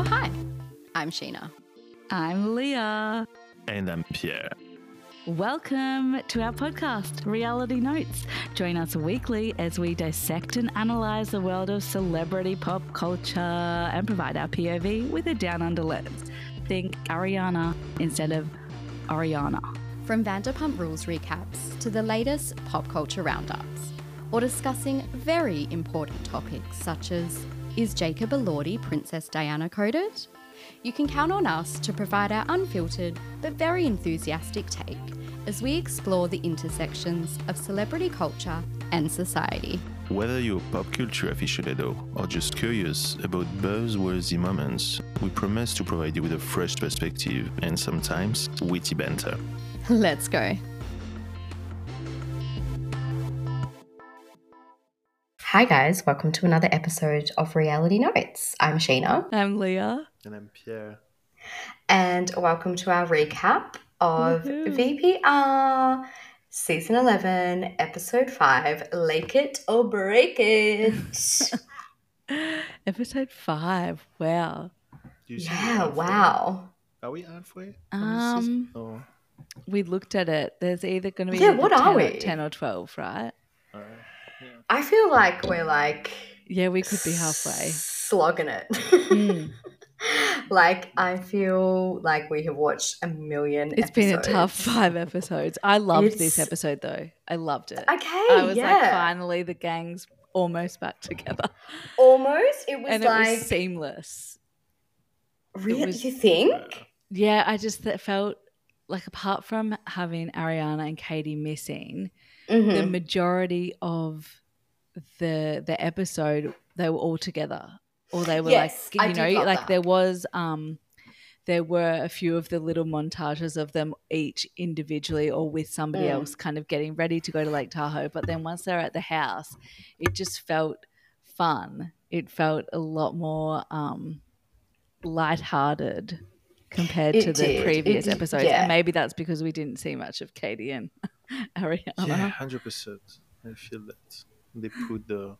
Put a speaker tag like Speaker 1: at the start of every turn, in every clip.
Speaker 1: Oh, I'm Sheena.
Speaker 2: I'm Leah.
Speaker 3: And I'm Pierre.
Speaker 2: Welcome to our podcast, Reality Notes. Join us weekly as we dissect and analyze the world of celebrity pop culture and provide our POV with a down under lens. Think Ariana instead of Ariana.
Speaker 1: From Vanderpump Rules recaps to the latest pop culture roundups, or discussing very important topics such as Is Jacob Elordi Princess Diana coded? You can count on us to provide our unfiltered but very enthusiastic take as we explore the intersections of celebrity culture and society.
Speaker 3: Whether you're a pop culture aficionado or just curious about buzzworthy moments, we promise to provide you with a fresh perspective and sometimes witty banter.
Speaker 1: Let's go. Hi, guys. Welcome to another episode of Reality Notes. I'm Sheena.
Speaker 2: I'm Leah.
Speaker 3: And I'm Pierre.
Speaker 1: And welcome to our recap of
Speaker 2: Woohoo.
Speaker 1: VPR Season 11, Episode 5 Lake It or Break It.
Speaker 2: Episode five. Wow.
Speaker 1: yeah, wow.
Speaker 3: Are we halfway?
Speaker 2: Um,
Speaker 3: Oh,
Speaker 2: we looked at it. There's either going to be
Speaker 1: Yeah,
Speaker 2: either
Speaker 1: what are
Speaker 2: 10 or-
Speaker 1: we?
Speaker 2: 10 or 12, right?
Speaker 1: I feel like we're like.
Speaker 2: Yeah, we could be halfway.
Speaker 1: Slogging it.
Speaker 2: Mm.
Speaker 1: like, I feel like we have watched a million
Speaker 2: It's been a tough
Speaker 1: episodes.
Speaker 2: five episodes. I loved
Speaker 1: It's-
Speaker 2: this episode though. I loved it.
Speaker 1: Okay.
Speaker 2: I was
Speaker 1: yeah.
Speaker 2: like, finally, the gang's almost back together,
Speaker 1: Almost. It was
Speaker 2: and it
Speaker 1: like.
Speaker 2: was seamless.
Speaker 1: really?
Speaker 2: was-
Speaker 1: you think?
Speaker 2: Yeah, I just th- felt like apart from having Ariana and Katie missing,
Speaker 1: Mhm.
Speaker 2: the majority of the the episode they were all together, or they were
Speaker 1: Yes, I
Speaker 2: like you
Speaker 1: did
Speaker 2: know,
Speaker 1: love
Speaker 2: like
Speaker 1: that.
Speaker 2: there was um. There were a few of the little montages of them each individually or with somebody
Speaker 1: Mm.
Speaker 2: else kind of getting ready to go to Lake Tahoe. But then once they're at the house, it just felt fun. It felt a lot more um, lighthearted compared to
Speaker 1: It
Speaker 2: the
Speaker 1: did. It
Speaker 2: previous
Speaker 1: did.
Speaker 2: episodes.
Speaker 1: Yeah.
Speaker 2: And maybe that's because we didn't see much of Katie and Ariana.
Speaker 3: Yeah, 100%. I feel that. They put the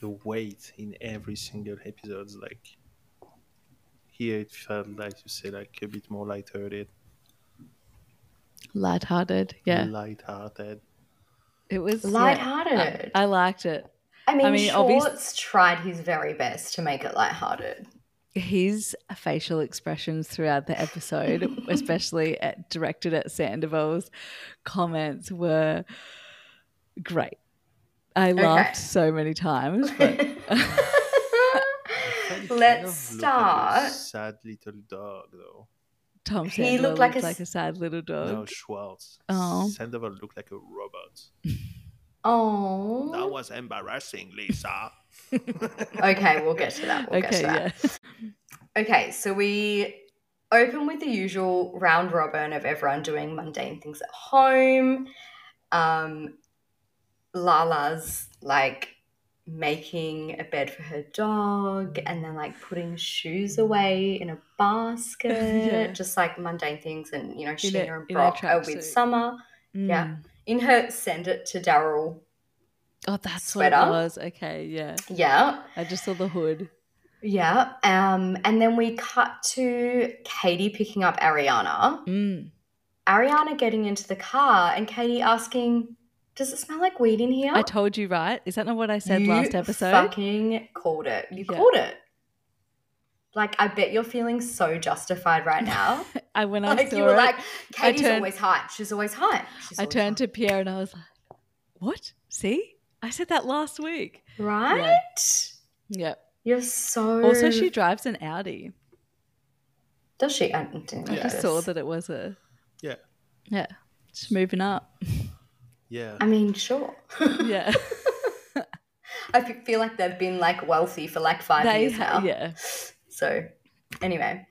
Speaker 3: the weight in every single episode. Like, here it felt like you say, like a bit more lighthearted,
Speaker 2: Lighthearted. Yeah.
Speaker 3: lighthearted.
Speaker 2: It was yeah.
Speaker 1: Lighthearted.
Speaker 2: I, I liked it.
Speaker 1: I mean,
Speaker 2: I mean, obvious-
Speaker 1: Schwartz tried his very best to make it lighthearted.
Speaker 2: His facial expressions throughout the episode, especially at, directed at Sandoval's comments, were great. I laughed so many times, but
Speaker 3: Kind
Speaker 1: Let's
Speaker 3: of looked like a
Speaker 1: start.
Speaker 3: sad little dog, though.
Speaker 2: Tom
Speaker 1: He
Speaker 2: Sandoval
Speaker 1: looked like a
Speaker 2: like
Speaker 1: s-
Speaker 2: a sad little dog.
Speaker 3: No, Schwartz.
Speaker 2: Oh.
Speaker 3: Sandoval looked like a robot. That
Speaker 1: Oh.
Speaker 3: was embarrassing, Lisa.
Speaker 1: Okay, we'll get to that. We'll get
Speaker 2: okay,
Speaker 1: to that.
Speaker 2: yeah.
Speaker 1: Okay, so we open with the usual round robin of everyone doing mundane things at home. Um, Lala's like making a bed for her dog and then like putting shoes away in a basket,
Speaker 2: Yeah.
Speaker 1: just like mundane things. And you know,
Speaker 2: a-
Speaker 1: Sheena and
Speaker 2: in a
Speaker 1: Brock are
Speaker 2: tracksuit.
Speaker 1: with Summer Yeah.
Speaker 2: Mm.
Speaker 1: in her send it to Daryl.
Speaker 2: Oh, that's what
Speaker 1: Sweater.
Speaker 2: it was. Okay, yeah.
Speaker 1: Yeah.
Speaker 2: I just saw the hood.
Speaker 1: Yeah. Um, and then we cut to Katie picking up Ariana.
Speaker 2: Mm.
Speaker 1: Ariana getting into the car and Katie asking, Does it smell like weed in here?
Speaker 2: I told you, right? Is that not what I said
Speaker 1: Oh. You
Speaker 2: last episode?
Speaker 1: fucking called it. You
Speaker 2: Yeah.
Speaker 1: called it. Like, I bet you're feeling so justified right now.
Speaker 2: I when I
Speaker 1: like,
Speaker 2: saw
Speaker 1: you were
Speaker 2: it,
Speaker 1: like, Katie's
Speaker 2: turned-
Speaker 1: always hot. She's always hot. She's
Speaker 2: I
Speaker 1: always hot."
Speaker 2: turned to Pierre and I was like, "What? See, I said that last week."
Speaker 1: Right?
Speaker 2: Yep.
Speaker 1: You're so.
Speaker 2: Also, she drives an Audi.
Speaker 1: Does she? I didn't
Speaker 2: I
Speaker 1: notice.
Speaker 2: just saw that it was a.
Speaker 3: Yeah.
Speaker 2: Yeah. She's moving up.
Speaker 3: Yeah.
Speaker 1: I mean, sure.
Speaker 2: Yeah.
Speaker 1: I fe- feel like they've been like wealthy for like five
Speaker 2: they
Speaker 1: years
Speaker 2: ha-
Speaker 1: now.
Speaker 2: yeah.
Speaker 1: So, anyway,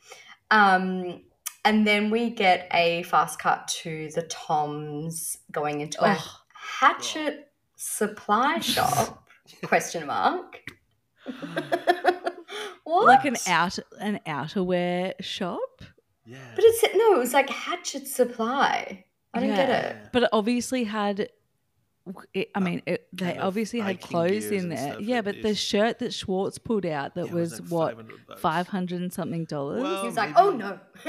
Speaker 1: um, and then we get a fast cut to the Toms going into a
Speaker 2: Oh.
Speaker 1: hatchet supply shop? question mark. what?
Speaker 2: Oh, Like an out an outerwear shop.
Speaker 3: yeah.
Speaker 1: But it's no. It was like hatchet supply. I don't get
Speaker 2: Yeah.
Speaker 1: it.
Speaker 2: But it obviously had It, I mean, it, they
Speaker 4: kind of
Speaker 2: obviously had
Speaker 4: hiking
Speaker 2: clothes
Speaker 4: gears
Speaker 2: in
Speaker 4: and
Speaker 2: there.
Speaker 4: stuff
Speaker 2: Yeah,
Speaker 4: like
Speaker 2: but the
Speaker 4: this.
Speaker 2: shirt that Schwartz pulled out that
Speaker 4: Yeah, it
Speaker 2: was,
Speaker 4: like
Speaker 2: what
Speaker 4: 500 bucks.
Speaker 2: five hundred and something dollars,
Speaker 4: Well,
Speaker 1: He's like,
Speaker 4: maybe
Speaker 1: oh no.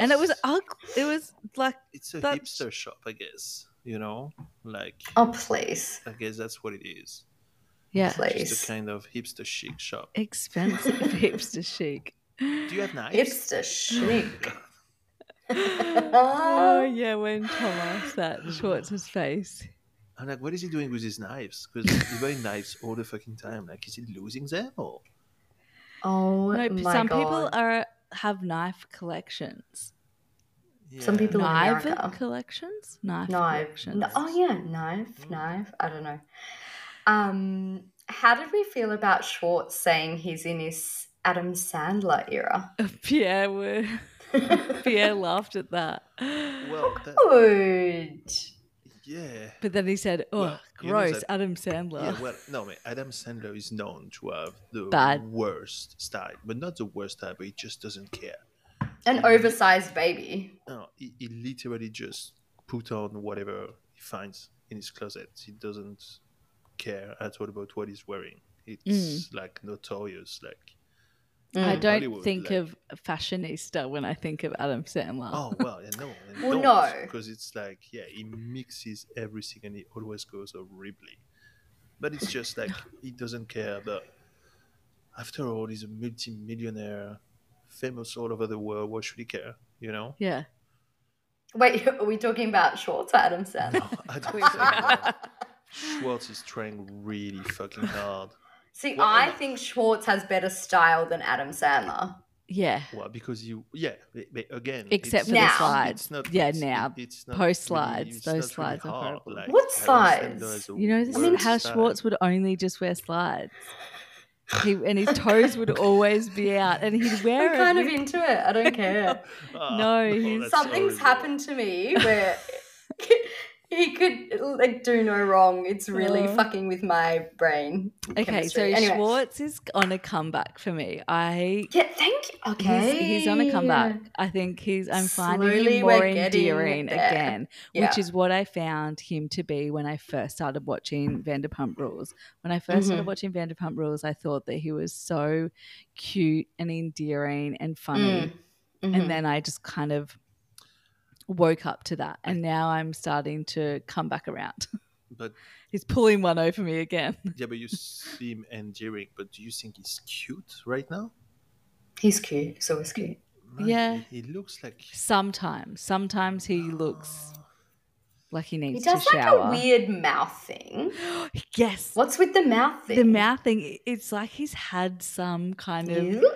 Speaker 2: and it was
Speaker 4: it's-
Speaker 2: ugly. It was like
Speaker 4: It's a
Speaker 2: that's-
Speaker 4: hipster shop, I guess. You know, like
Speaker 1: oh, please.
Speaker 4: I guess that's what it is.
Speaker 2: yeah,
Speaker 4: Just a
Speaker 1: Please.
Speaker 4: kind of hipster chic shop.
Speaker 2: expensive hipster chic.
Speaker 4: Do you have knives?
Speaker 1: Hipster chic.
Speaker 2: oh yeah, when Tom asked that Schwartz's face.
Speaker 4: I'm like, what is he doing with his knives? Because he's wearing knives all the fucking time. Like, is he losing them or?
Speaker 1: Oh
Speaker 2: No,
Speaker 1: my
Speaker 2: some
Speaker 1: god.
Speaker 2: people are have knife collections.
Speaker 1: Some
Speaker 4: Yeah.
Speaker 1: people- in
Speaker 2: Knife
Speaker 1: America.
Speaker 2: collections, knife,
Speaker 1: knife.
Speaker 2: collections.
Speaker 1: No, oh yeah, knife, knife. I don't know. Um, how did we feel about Schwartz saying he's in his Adam Sandler era?
Speaker 2: Uh, Pierre were, Pierre laughed at that.
Speaker 4: Well, that,
Speaker 1: Good.
Speaker 4: yeah.
Speaker 2: But then he said, "Oh,
Speaker 4: Well, you know
Speaker 2: gross,
Speaker 4: that-
Speaker 2: Adam Sandler."
Speaker 4: Yeah, well, no, man, Adam Sandler is known to have the
Speaker 2: Bad.
Speaker 4: worst style, but not the worst style, but he just doesn't care.
Speaker 1: An oversized baby.
Speaker 4: No, he, he literally just put on whatever he finds in his closet. He doesn't care at all about what he's wearing. It's like notorious. Like,
Speaker 2: I
Speaker 1: Mm.
Speaker 2: don't
Speaker 4: Hollywood,
Speaker 2: think
Speaker 4: like-
Speaker 2: of fashionista when I think of Adam Sandler.
Speaker 4: oh well, yeah, no,
Speaker 1: Well, no.
Speaker 4: because it's like yeah, he mixes everything and he always goes horribly. But it's just like he doesn't care. But after all, he's a multi-millionaire, famous all over the world. Why should he care? You know?
Speaker 2: Yeah.
Speaker 1: Wait, are we talking about Schwartz or Adam Sandler?
Speaker 4: No, I don't think so. Schwartz is trying really fucking hard.
Speaker 1: See,
Speaker 4: Well,
Speaker 1: I
Speaker 4: no.
Speaker 1: think Schwartz has better style than Adam Sandler.
Speaker 2: Yeah.
Speaker 4: Well, because you, yeah, but- but again, it's-
Speaker 2: Except for
Speaker 1: Now.
Speaker 2: the slides.
Speaker 4: it's not-
Speaker 2: yeah,
Speaker 4: it's-
Speaker 2: now.
Speaker 4: it- it's not
Speaker 2: post
Speaker 4: really-
Speaker 2: slides,
Speaker 4: it's
Speaker 2: those
Speaker 4: not really
Speaker 2: slides are
Speaker 4: hard,
Speaker 2: horrible.
Speaker 4: like,
Speaker 1: What
Speaker 4: Adam Sandler
Speaker 1: slides?
Speaker 4: is the
Speaker 2: You know this
Speaker 1: I mean-
Speaker 2: is how
Speaker 4: worst
Speaker 2: Schwartz
Speaker 4: style.
Speaker 2: would only just wear slides. He, and his toes would always be out, and he'd wear
Speaker 1: I'm kind of
Speaker 2: it.
Speaker 1: into it. I don't care.
Speaker 4: Ah,
Speaker 2: No,
Speaker 4: well,
Speaker 2: he's-
Speaker 4: that's horrible.
Speaker 1: Something's happened to me where he could like do no wrong. It's really
Speaker 2: Oh.
Speaker 1: fucking with my brain.
Speaker 2: okay, so
Speaker 1: chemistry. Anyway.
Speaker 2: Schwartz is on a comeback for me. I
Speaker 1: Yeah, thank you. Oh, Okay,
Speaker 2: He's, he's on a comeback. I think he's. I'm finding
Speaker 1: Slowly
Speaker 2: him more
Speaker 1: we're getting
Speaker 2: endearing
Speaker 1: there.
Speaker 2: again,
Speaker 1: Yeah.
Speaker 2: which is what I found him to be when I first started watching Vanderpump Rules. When I 1st started
Speaker 1: Mhm.
Speaker 2: watching Vanderpump Rules, I thought that he was so cute and endearing and funny,
Speaker 1: Mm,
Speaker 4: Mm-hmm.
Speaker 1: mhm.
Speaker 2: and then I just kind of woke up to that, and now I'm starting to come back around.
Speaker 4: But
Speaker 2: he's pulling one over me again.
Speaker 4: yeah, but you seem endearing. But do you think he's cute right now?
Speaker 1: he's cute. He's always cute.
Speaker 4: Man,
Speaker 2: Yeah.
Speaker 4: he, he looks like
Speaker 2: Sometimes, sometimes he looks like he
Speaker 1: He
Speaker 2: needs
Speaker 1: does
Speaker 2: to
Speaker 1: like
Speaker 2: shower.
Speaker 1: a weird mouth thing.
Speaker 2: yes.
Speaker 1: What's with the mouth thing?
Speaker 2: The mouth thing, i- it's like he's had some kind of
Speaker 1: You?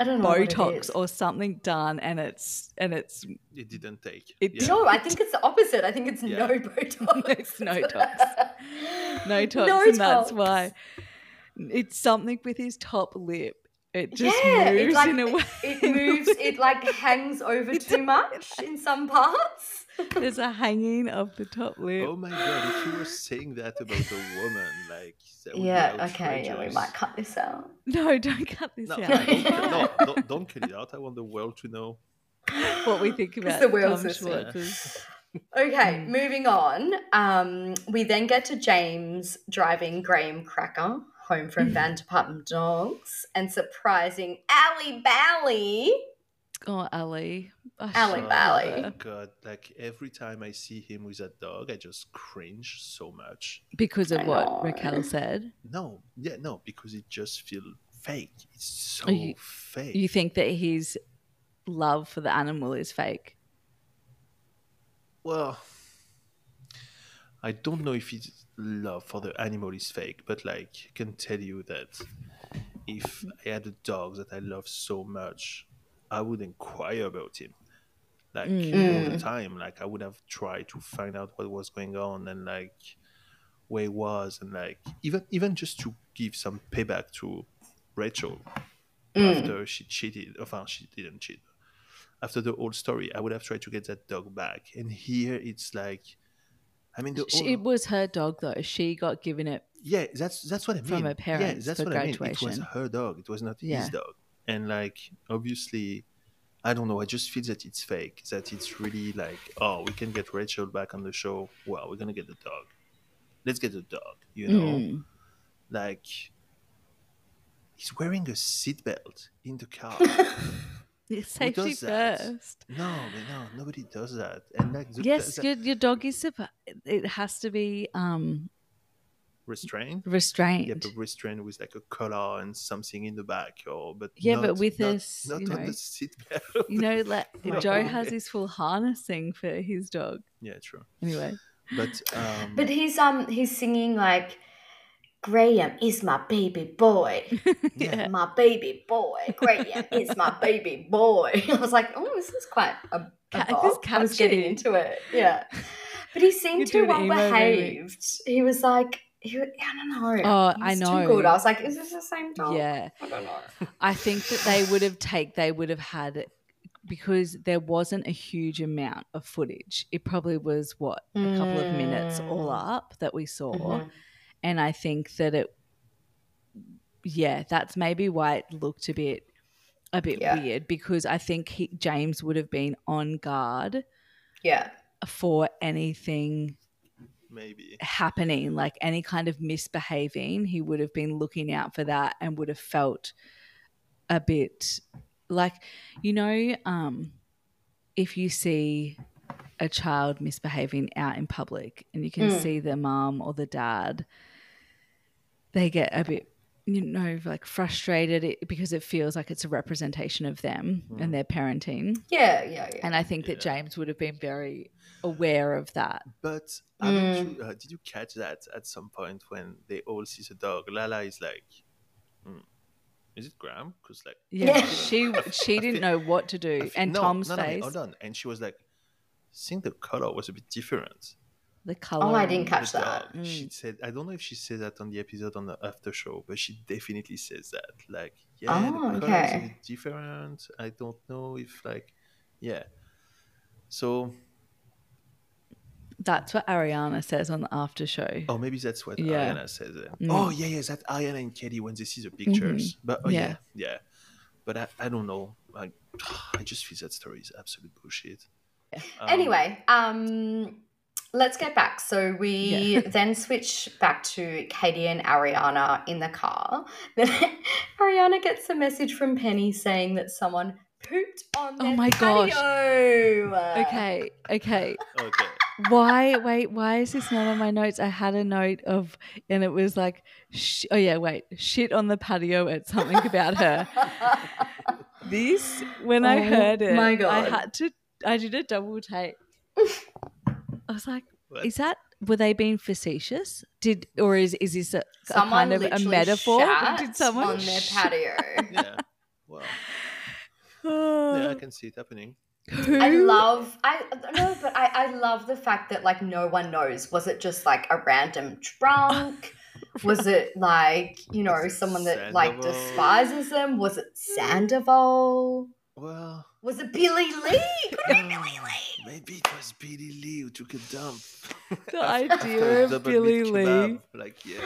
Speaker 1: I don't know. what it
Speaker 2: Botox
Speaker 1: is.
Speaker 2: or something done and it's and it's
Speaker 4: it didn't take.
Speaker 2: It
Speaker 4: yeah.
Speaker 1: No, I think it's the opposite. I think it's
Speaker 4: Yeah.
Speaker 1: no Botox.
Speaker 2: It's no tox. no tox
Speaker 1: No
Speaker 2: and that's
Speaker 1: tox.
Speaker 2: why it's something with his top lip. It just
Speaker 1: yeah, it
Speaker 2: moves
Speaker 1: like,
Speaker 2: in a way.
Speaker 1: It moves. It like hangs over too much in some parts.
Speaker 2: There's a hanging of the top lip.
Speaker 4: Oh my god! If you were saying that about a woman, like that would be
Speaker 1: Yeah. Okay. Yeah, we
Speaker 4: outrageous.
Speaker 1: might cut this out.
Speaker 2: No, don't cut this
Speaker 4: No,
Speaker 2: out.
Speaker 4: don't, no, don't, don't cut it out. I want the world to know.
Speaker 2: what we think about
Speaker 1: the world's
Speaker 2: Tom
Speaker 1: listening.
Speaker 2: Schwartz's.
Speaker 1: Okay,
Speaker 2: Mm.
Speaker 1: moving on. Um, we then get to James driving Graham Cracker home from Vanderpump Dogs and surprising Ally Bally.
Speaker 2: Oh, Ali. I
Speaker 1: Ali
Speaker 2: should-
Speaker 1: Bally.
Speaker 4: Oh, my God, like every time I see him with that dog, I just cringe so much.
Speaker 2: Because of
Speaker 1: I know.
Speaker 2: what Raquel said.
Speaker 4: No, yeah, no, because it just feels fake. It's so
Speaker 2: Oh, you-
Speaker 4: fake.
Speaker 2: You think that his love for the animal is fake?
Speaker 4: Well, I don't know if his love for the animal is fake, but like, I can tell you that if I had a dog that I love so much, I would inquire about him. Like all the time, like I would have tried to find out what was going on and like where he was, and like even even just to give some payback to Rachel
Speaker 2: Mm.
Speaker 4: after she cheated. Enfin, she didn't cheat, after the whole story, I would have tried to get that dog back. And here it's like, I mean, the
Speaker 2: She, it
Speaker 4: whole-
Speaker 2: was her dog though. She got given it.
Speaker 4: yeah, that's that's what I mean.
Speaker 2: From her parents
Speaker 4: yeah, that's
Speaker 2: for
Speaker 4: what I mean. It was
Speaker 2: graduation.
Speaker 4: her dog. It was not
Speaker 2: Yeah.
Speaker 4: his dog. And like, obviously, I don't know. I just feel that it's fake. That it's really like, oh, we can get Rachel back on the show. Well, we're gonna get the dog. let's get a dog, you know?
Speaker 2: Mm.
Speaker 4: Like, he's wearing a seatbelt in the car.
Speaker 2: It's Safety
Speaker 4: does that?
Speaker 2: first.
Speaker 4: no, man, no, nobody does that. And like, the,
Speaker 2: Yes,
Speaker 4: the-
Speaker 2: your, your dog is supposed. It has to be um,
Speaker 4: restraint.
Speaker 2: restrained.
Speaker 4: Yeah, but restraint with like a collar and something in the back, or but
Speaker 2: Yeah, but
Speaker 4: not-
Speaker 2: with
Speaker 4: not,
Speaker 2: a s-
Speaker 4: not
Speaker 2: you
Speaker 4: on
Speaker 2: know-
Speaker 4: the seatbelt.
Speaker 2: you know, like
Speaker 4: No.
Speaker 2: Joe has his full harness thing for his dog.
Speaker 4: yeah, true.
Speaker 2: Anyway,
Speaker 4: But um,
Speaker 1: But he's um he's singing like Graham is my baby boy.
Speaker 4: yeah,
Speaker 1: My baby boy. Graham is my baby boy. I was like, oh, this is quite a, a
Speaker 2: Ca-
Speaker 1: bop.
Speaker 2: this is
Speaker 1: I was getting
Speaker 2: catchy.
Speaker 1: into it. Yeah. But he seemed
Speaker 2: You're
Speaker 1: too
Speaker 2: doing
Speaker 1: well
Speaker 2: emo, baby.
Speaker 1: behaved. He was like, he, wa- I don't know.
Speaker 2: Oh,
Speaker 1: He
Speaker 2: I
Speaker 1: was
Speaker 2: know.
Speaker 1: Too good. I was like, is this the same dog?
Speaker 2: yeah,
Speaker 1: I don't know.
Speaker 2: I think that they would have take they would have had because there wasn't a huge amount of footage. It probably was what a couple of minutes
Speaker 1: Mm.
Speaker 2: all up that we saw,
Speaker 1: Mhm.
Speaker 2: and I think that it, yeah, that's maybe why it looked a bit a bit
Speaker 1: Yeah.
Speaker 2: weird because I think he, James would have been on guard
Speaker 1: Yeah.
Speaker 2: for anything
Speaker 4: maybe.
Speaker 2: happening, like any kind of misbehaving, he would have been looking out for that and would have felt a bit like, you know, um, if you see a child misbehaving out in public and you can
Speaker 1: Mm.
Speaker 2: see the mum or the dad, they get a bit, you know, like frustrated it- because it feels like it's a representation of them and their parenting.
Speaker 1: Yeah. Yeah. Mm. Yeah.
Speaker 2: And I think that
Speaker 4: Yeah.
Speaker 2: James would have been very aware of that.
Speaker 4: But
Speaker 2: Mm.
Speaker 4: haven't you, uh, did you catch that at some point when they all see the dog? Lala is like, hmm, is it Graham? Because like,
Speaker 2: Yeah,
Speaker 1: Yeah.
Speaker 2: she she didn't know what to
Speaker 4: I
Speaker 2: do,
Speaker 4: think-
Speaker 2: and
Speaker 4: no,
Speaker 2: Tom's
Speaker 4: no, no,
Speaker 2: face,
Speaker 4: hold on, and she was like, seeing the color was a bit different.
Speaker 2: the color.
Speaker 1: oh, I didn't
Speaker 4: the
Speaker 1: catch that.
Speaker 4: dog. uh, She said, I don't know if she said that on the episode on the after show, but she definitely says that. Like, yeah, the
Speaker 1: Oh,
Speaker 4: color is a
Speaker 1: okay.
Speaker 4: bit different. I don't know if like, yeah. So,
Speaker 2: That's what Ariana says on the after show.
Speaker 4: oh, maybe that's what
Speaker 2: Yeah.
Speaker 4: Ariana says. then.
Speaker 2: Mm.
Speaker 4: Oh, yeah, yeah, is that Ariana and Kelly when they see the pictures. But oh, yeah.
Speaker 2: Yeah.
Speaker 4: yeah, But I, I don't know. I, I just feel that story is absolute bullshit. Um,
Speaker 1: anyway, um, let's get back. So we
Speaker 2: Yeah.
Speaker 1: then switch back to Katie and Ariana in the car. Then Ariana gets a message from Penny saying that someone pooped on
Speaker 2: Oh
Speaker 1: their
Speaker 2: my gosh.
Speaker 1: patio.
Speaker 2: Okay, okay.
Speaker 4: Okay.
Speaker 2: Why? Wait. Why is this not on my notes? I had a note of, and it was like, sh- oh yeah, wait, shit on the patio at something about her. This when I
Speaker 1: Oh
Speaker 2: heard it,
Speaker 1: my
Speaker 2: I
Speaker 1: God.
Speaker 2: had to. I did a double take. I was like,
Speaker 4: What?
Speaker 2: is that? Were they being facetious? Did or is is this a, a
Speaker 1: Someone
Speaker 2: kind of a
Speaker 1: literally
Speaker 2: metaphor?
Speaker 1: shat
Speaker 2: Did someone
Speaker 1: on their
Speaker 2: sh-
Speaker 1: patio?
Speaker 4: yeah. Well, yeah, I
Speaker 2: Oh.
Speaker 4: can see it happening.
Speaker 2: Who?
Speaker 1: I love I no, but I, I love the fact that like no one knows. Was it just like a random drunk? Was it like you know
Speaker 4: Was it
Speaker 1: someone that like
Speaker 4: Sandoval?
Speaker 1: despises them? Was it Sandoval?
Speaker 4: Well,
Speaker 1: Was it Billy Lee? Could it be
Speaker 4: Oh,
Speaker 1: Billy Lee?
Speaker 4: Maybe it was Billy Lee who took a dump.
Speaker 2: The
Speaker 4: After
Speaker 2: idea of
Speaker 4: double
Speaker 2: Billy
Speaker 4: meat
Speaker 2: Lee.
Speaker 4: kebab, Like, yeah.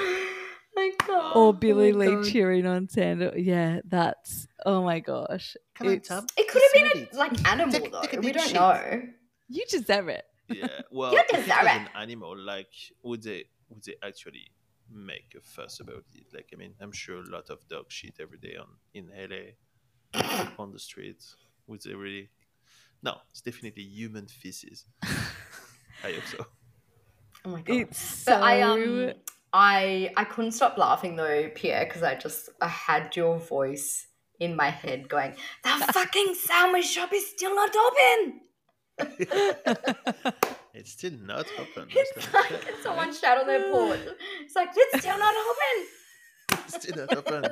Speaker 1: My God.
Speaker 2: Or Billy
Speaker 1: Oh my
Speaker 2: Lee
Speaker 1: God.
Speaker 2: cheering on Santa. Yeah, that's oh my gosh.
Speaker 4: Come on,
Speaker 2: It's-
Speaker 4: Tom.
Speaker 1: It could have
Speaker 4: You
Speaker 1: been
Speaker 4: said
Speaker 1: a, like animal
Speaker 4: Take-
Speaker 1: though.
Speaker 4: take a
Speaker 1: we
Speaker 4: big
Speaker 1: don't
Speaker 4: shit.
Speaker 1: know.
Speaker 2: You deserve it.
Speaker 4: it. Yeah. Well,
Speaker 1: You
Speaker 4: if it was
Speaker 1: deserve
Speaker 4: an
Speaker 1: it.
Speaker 4: animal, like, would they would they actually make a fuss about it? Like, I mean, I'm sure a lot of dog shit every day on in LA on the streets. Would they really? No, it's definitely human feces. I hope so.
Speaker 1: Oh my God.
Speaker 2: It's so
Speaker 1: But I um I I couldn't stop laughing though, Pierre, because I just I had your voice in my head going, The fucking sandwich shop is still not open.
Speaker 4: It's still not open.
Speaker 1: It's
Speaker 4: Let's double
Speaker 1: like
Speaker 4: check,
Speaker 1: it's
Speaker 4: right?
Speaker 1: someone shat on their porch. It's like it's still not open.
Speaker 4: It's still not open.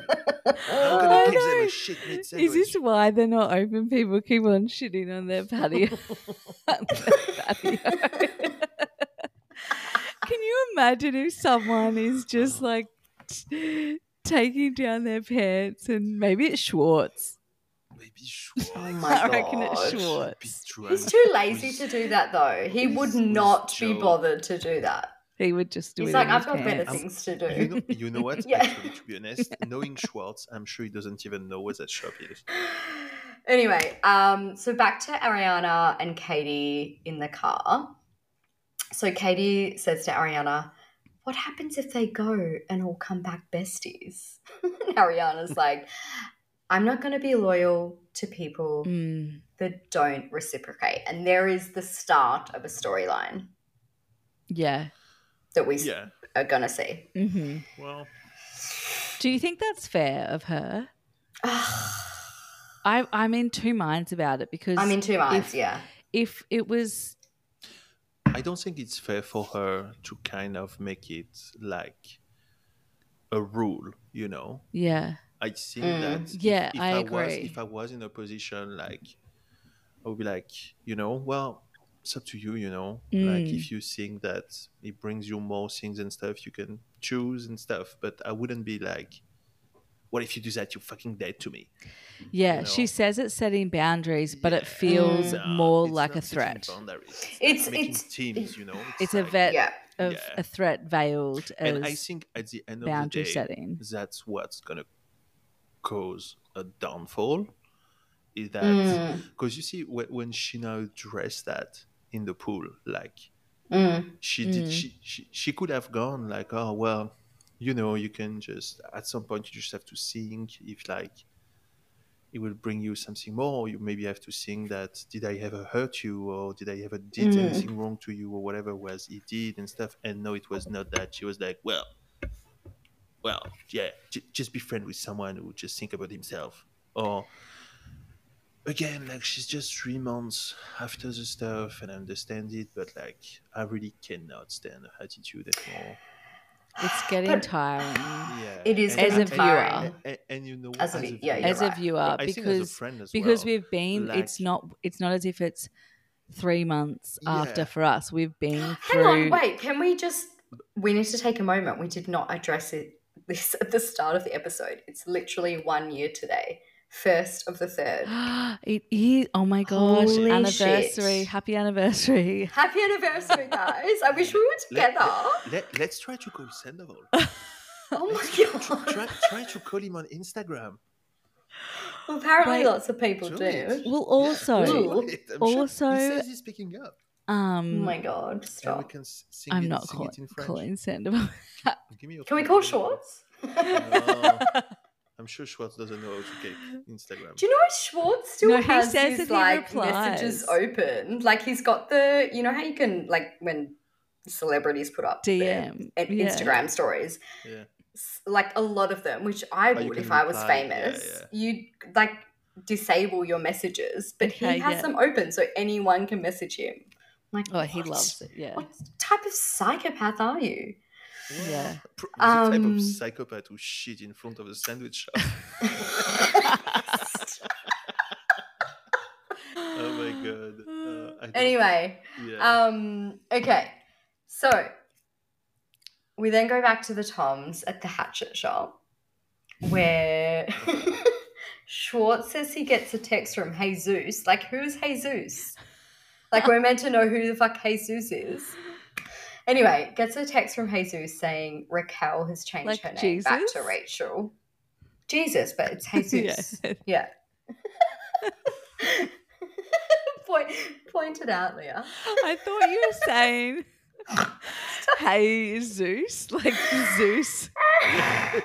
Speaker 4: I'm gonna
Speaker 2: I
Speaker 4: give them
Speaker 2: know.
Speaker 4: a shit meat
Speaker 1: um,
Speaker 4: sandwich.
Speaker 2: Is this why they're not open? People keep on shitting on their patio. on their patio. Can you imagine if someone is just
Speaker 1: Oh.
Speaker 2: like t- taking down their pants and maybe it's Schwartz?
Speaker 4: Maybe Schwartz.
Speaker 1: Oh my
Speaker 2: I reckon it's
Speaker 1: gosh.
Speaker 2: Schwartz.
Speaker 1: He's too lazy to do that though. He would
Speaker 4: Who's- who's
Speaker 1: not be
Speaker 4: Joe?
Speaker 1: bothered to do that.
Speaker 2: He would just do
Speaker 1: He's
Speaker 2: it.
Speaker 1: like,
Speaker 2: in
Speaker 1: I've
Speaker 2: his
Speaker 1: got better
Speaker 2: pants.
Speaker 4: I'm-
Speaker 1: things to do.
Speaker 4: You know, you know what?
Speaker 1: Yeah.
Speaker 4: Actually, to be honest, knowing Schwartz, I'm sure he doesn't even know what that shop is.
Speaker 1: anyway, um, so back to Ariana and Katie in the car. So Katie says to Ariana, what happens if they go and all come back besties? and Ariana's like, I'm not going to be loyal to people
Speaker 2: Mm.
Speaker 1: that don't reciprocate. And there is the start of a storyline
Speaker 2: Yeah.
Speaker 1: that we s-
Speaker 4: Yeah.
Speaker 1: are going to see.
Speaker 2: hmm
Speaker 1: Mm-hmm.
Speaker 4: Well,
Speaker 2: Do you think that's fair of her? I, I'm in two minds about it because
Speaker 1: I'm in two minds,
Speaker 2: if-
Speaker 1: yeah.
Speaker 2: if it was,
Speaker 4: I don't think it's fair for her to kind of make it like a rule, you know?
Speaker 2: yeah,
Speaker 4: I think
Speaker 1: Mm.
Speaker 4: that if-
Speaker 2: Yeah,
Speaker 4: if, was
Speaker 2: I agree.
Speaker 4: if I was in a position like I would be like, you know, well, it's up to you, you know. Like
Speaker 2: Mm.
Speaker 4: if you think that it brings you more things and stuff, you can choose and stuff. But I wouldn't be like, What if you do that? You're fucking dead to me.
Speaker 2: yeah.
Speaker 4: You
Speaker 2: She
Speaker 4: know.
Speaker 2: says it's setting boundaries, but it
Speaker 4: Yeah.
Speaker 2: feels
Speaker 1: Mm.
Speaker 4: Nah,
Speaker 2: more
Speaker 4: it's
Speaker 2: like a
Speaker 4: not setting
Speaker 2: threat.
Speaker 4: boundaries. It's,
Speaker 1: It's-
Speaker 4: like making
Speaker 1: it's-
Speaker 4: teams, you know.
Speaker 2: It's a
Speaker 4: like-
Speaker 2: vet
Speaker 1: Yeah.
Speaker 2: of
Speaker 4: Yeah.
Speaker 2: a threat veiled as
Speaker 4: And I think at the end of the
Speaker 2: boundary
Speaker 4: day,
Speaker 2: setting.
Speaker 4: that's what's gonna cause a downfall. Is that
Speaker 1: Mm,
Speaker 4: because you see when, when she now dressed that in the pool like
Speaker 1: mm,
Speaker 4: she did
Speaker 2: Mm.
Speaker 4: she, she she could have gone like oh well you know you can just at some point you just have to think if like it will bring you something more or you maybe have to think that did i ever hurt you or did i ever did
Speaker 1: Mm.
Speaker 4: anything wrong to you or whatever was he did and stuff and no it was not that she was like well well yeah j- just be friend with someone who just think about himself or again, like she's just three months after the stuff, and I understand it, but like I really cannot stand her attitude anymore.
Speaker 2: It's getting
Speaker 1: But-
Speaker 2: tiring
Speaker 4: Yeah,
Speaker 1: It is
Speaker 4: and-
Speaker 2: As a
Speaker 4: and-
Speaker 2: viewer.
Speaker 4: and, and, and you know, what,
Speaker 1: As a vi- yeah, you're
Speaker 2: as a
Speaker 1: right.
Speaker 2: viewer
Speaker 4: I think as a
Speaker 2: because
Speaker 4: friend as
Speaker 2: because
Speaker 4: well.
Speaker 2: we've been. it's
Speaker 4: like-
Speaker 2: not. It's not as if it's three months after
Speaker 4: Yeah.
Speaker 2: for us. We've been
Speaker 1: Hang
Speaker 2: through.
Speaker 1: on, wait. Can we just? We need to take a moment. We did not address it this at the start of the episode. It's literally one year today, first of the third.
Speaker 2: it is. Oh my gosh!
Speaker 1: Holy
Speaker 2: anniversary.
Speaker 1: shit.
Speaker 2: Happy anniversary.
Speaker 1: Happy anniversary, guys! I wish we were
Speaker 4: Let-
Speaker 1: together.
Speaker 4: Let, us try to call Sandoval.
Speaker 1: Oh my god!
Speaker 4: try, try to call him on Instagram.
Speaker 1: Well, apparently,
Speaker 2: Wait.
Speaker 1: lots of people
Speaker 4: Do
Speaker 1: do.
Speaker 4: it.
Speaker 2: Well,
Speaker 4: Yeah,
Speaker 2: also,
Speaker 4: do
Speaker 1: Ooh.
Speaker 4: it. I'm
Speaker 2: also-
Speaker 4: sure he says he's picking up.
Speaker 1: Oh
Speaker 2: um,
Speaker 1: my god!
Speaker 4: And we
Speaker 1: Stop.
Speaker 4: can s- sing
Speaker 2: I'm
Speaker 4: it,
Speaker 2: not
Speaker 4: sing
Speaker 2: call-
Speaker 4: it in French.
Speaker 2: calling Sandoval.
Speaker 4: Give me your
Speaker 1: Can we
Speaker 4: phone,
Speaker 1: call
Speaker 4: give me your phone.
Speaker 1: Schwartz? do
Speaker 4: No, I'm sure Schwartz doesn't know how to get Instagram.
Speaker 1: you know what Schwartz still
Speaker 2: No, he
Speaker 1: has
Speaker 2: says
Speaker 1: his
Speaker 2: that he
Speaker 1: like
Speaker 2: replies.
Speaker 1: messages open? Like he's got the you know how you can like when celebrities put up their
Speaker 2: DM.
Speaker 1: in-
Speaker 2: Yeah.
Speaker 1: Instagram stories.
Speaker 4: Yeah.
Speaker 1: s- like a lot of them, which I
Speaker 4: Oh, you
Speaker 1: would
Speaker 4: can
Speaker 1: if I was
Speaker 4: reply, yeah,
Speaker 1: famous.
Speaker 4: yeah.
Speaker 1: You like disable your messages, but
Speaker 2: Okay,
Speaker 1: he has
Speaker 2: yeah.
Speaker 1: them open so anyone can message him. I'm like,
Speaker 2: Oh, he
Speaker 1: "What?
Speaker 2: loves it. Yeah.
Speaker 1: What type of psychopath are you?
Speaker 2: Yeah.
Speaker 4: Pr- the type
Speaker 1: Um,
Speaker 4: of psychopath who shit in front of a sandwich shop. oh my god. Uh, I don't-
Speaker 1: Anyway,
Speaker 4: yeah.
Speaker 1: um, okay, so we then go back to the Toms at the Hatchet Shop, where Schwartz says he gets a text from Jesus. Like, who's Jesus? Like, we're meant to know who the fuck Jesus is. Anyway, gets a text from Jesus saying Raquel has changed
Speaker 2: Like
Speaker 1: her name back to
Speaker 2: Jesus?
Speaker 1: Rachel. Jesus, but it's
Speaker 2: Yeah.
Speaker 1: Jesus. yeah. Point, pointed out, Leah.
Speaker 2: I thought you were saying, "Hey Zeus," like Zeus.
Speaker 4: I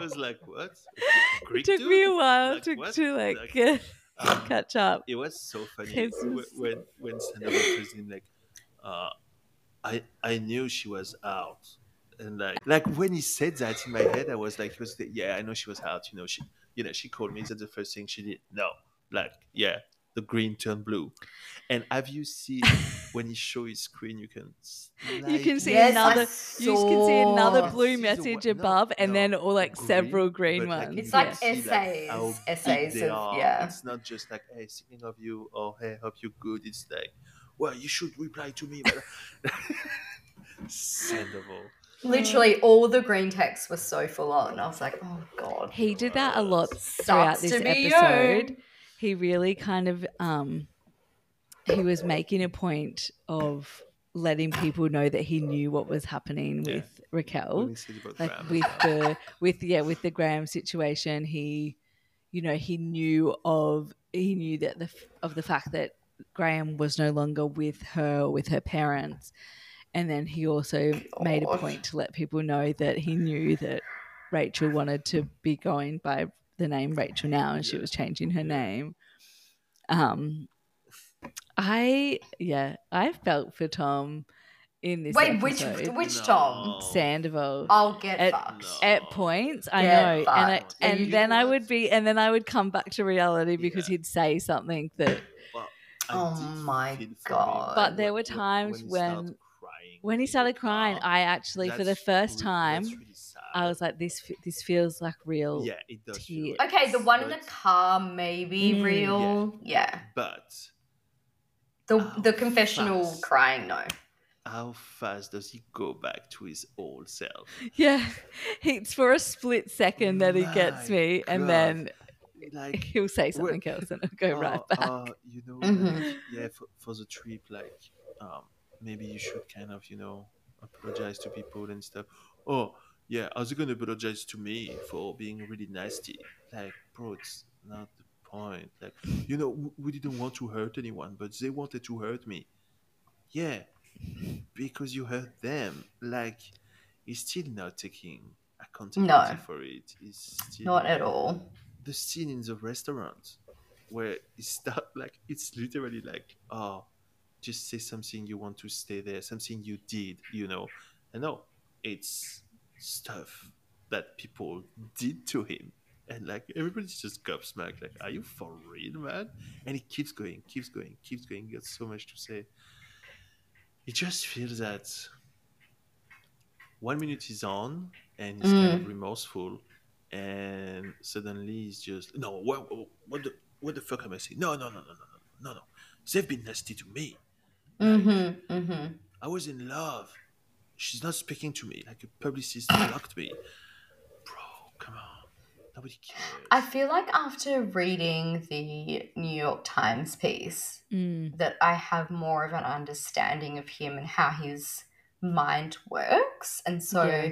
Speaker 4: was like, what?
Speaker 2: It
Speaker 4: Greek
Speaker 2: took
Speaker 4: dude?
Speaker 2: me a while
Speaker 4: Like,
Speaker 2: to,
Speaker 4: what?
Speaker 2: to like,
Speaker 4: Like,
Speaker 2: get-
Speaker 4: um,
Speaker 2: catch up.
Speaker 4: it was so funny
Speaker 2: His
Speaker 4: w-
Speaker 2: was-
Speaker 4: when when Sandra was in like, uh, I I knew she was out, and like like when he said that in my head, I was like, he was the- yeah, I know she was out. You know she you know she called me. Is that the first thing she did? No, like yeah, the green turned blue, and have you seen when he show his screen, you can
Speaker 2: You can
Speaker 4: slightly
Speaker 2: see
Speaker 1: Yes, I
Speaker 2: another. You just can see another
Speaker 1: saw.
Speaker 2: blue
Speaker 4: See the
Speaker 2: message
Speaker 4: one- no,
Speaker 2: above, and then
Speaker 4: no,
Speaker 2: all like
Speaker 4: green,
Speaker 2: several green
Speaker 4: but,
Speaker 2: ones.
Speaker 4: you
Speaker 1: It's like
Speaker 4: can see,
Speaker 1: essays,
Speaker 4: how big
Speaker 1: essays
Speaker 4: they
Speaker 1: of-
Speaker 4: are.
Speaker 1: yeah.
Speaker 4: It's not just like, hey, thinking of you, or hey, hope you're good. It's like, well, you should reply to me. But... Sendable.
Speaker 1: Literally, all the green texts were so full on. I was like, oh god.
Speaker 2: he did that a lot throughout
Speaker 1: Sucks
Speaker 2: this
Speaker 1: to be you.
Speaker 2: episode. He really kind of um he was making a point of letting people know that he knew what was happening
Speaker 4: Yeah.
Speaker 2: with Raquel.
Speaker 4: When it's about
Speaker 2: Oh, Like
Speaker 4: drama.
Speaker 2: with the with yeah, with the Graham situation, he you know, he knew of he knew that the f- of the fact that Graham was no longer with her or with her parents And then he also made a
Speaker 1: God.
Speaker 2: point to let people know that he knew that Rachel wanted to be going by the name Rachel now and she was changing her name. Um I yeah, I felt for Tom in this
Speaker 1: Wait, which
Speaker 2: episode.
Speaker 1: which Tom?
Speaker 2: Sandoval.
Speaker 1: I'll get
Speaker 2: It-
Speaker 1: fucked.
Speaker 2: At points, I
Speaker 1: Yeah,
Speaker 2: know, and I,
Speaker 1: fucked.
Speaker 4: Yeah,
Speaker 2: and
Speaker 4: you
Speaker 2: then I
Speaker 4: would.
Speaker 2: would be, and then I would come back to reality because
Speaker 4: Yeah.
Speaker 2: he'd say something that
Speaker 1: Oh my God.
Speaker 2: But there were times when- when he started crying, I actually, for the first time, I was like, this f- this feels like real.
Speaker 4: yeah, it does. feel
Speaker 2: tears.
Speaker 4: like
Speaker 1: Okay, the
Speaker 4: this,
Speaker 1: one in the
Speaker 4: but-
Speaker 1: car may be
Speaker 2: Mm.
Speaker 1: real. Yeah.
Speaker 4: But
Speaker 1: The
Speaker 4: Oh,
Speaker 1: the confessional
Speaker 4: fuss.
Speaker 1: crying no.
Speaker 4: how fast does he go back to his old self?
Speaker 2: yeah. It's for a split second that he gets
Speaker 4: My
Speaker 2: me, and
Speaker 4: God.
Speaker 2: then
Speaker 4: Like
Speaker 2: he'll say something else, and I'll go right
Speaker 4: uh,
Speaker 2: back.
Speaker 4: uh, you know, like,
Speaker 1: Mhm.
Speaker 4: yeah, for, for the trip, like, um, maybe you should kind of, you know, apologize to people and stuff. Oh, yeah, are they going to apologize to me for being really nasty? Like, bro, it's not the point. Like, you know, w- we didn't want to hurt anyone, but they wanted to hurt me. Yeah, because you hurt them. Like, he's still not taking accountability for it. He's still
Speaker 1: Not at all.
Speaker 4: the scene in the restaurant where it start like it's literally like oh just say something you want to stay there something you did you know and no it's stuff that people did to him and like everybody's just gobsmacked like are you for real man and it keeps going keeps going keeps going he got so much to say you just feel that one minute he's on and he's kind of remorseful and suddenly he's just no what, what the what the fuck am I saying no no no no no no no no they've been nasty to me
Speaker 1: Mm-hmm. Mm-hmm.
Speaker 4: I was in love she's not speaking to me like a publicist blocked me bro come on nobody cares
Speaker 1: I feel like after reading the New York Times piece
Speaker 2: Mm.
Speaker 1: that I have more of an understanding of him and how his mind works. And so
Speaker 2: Yeah.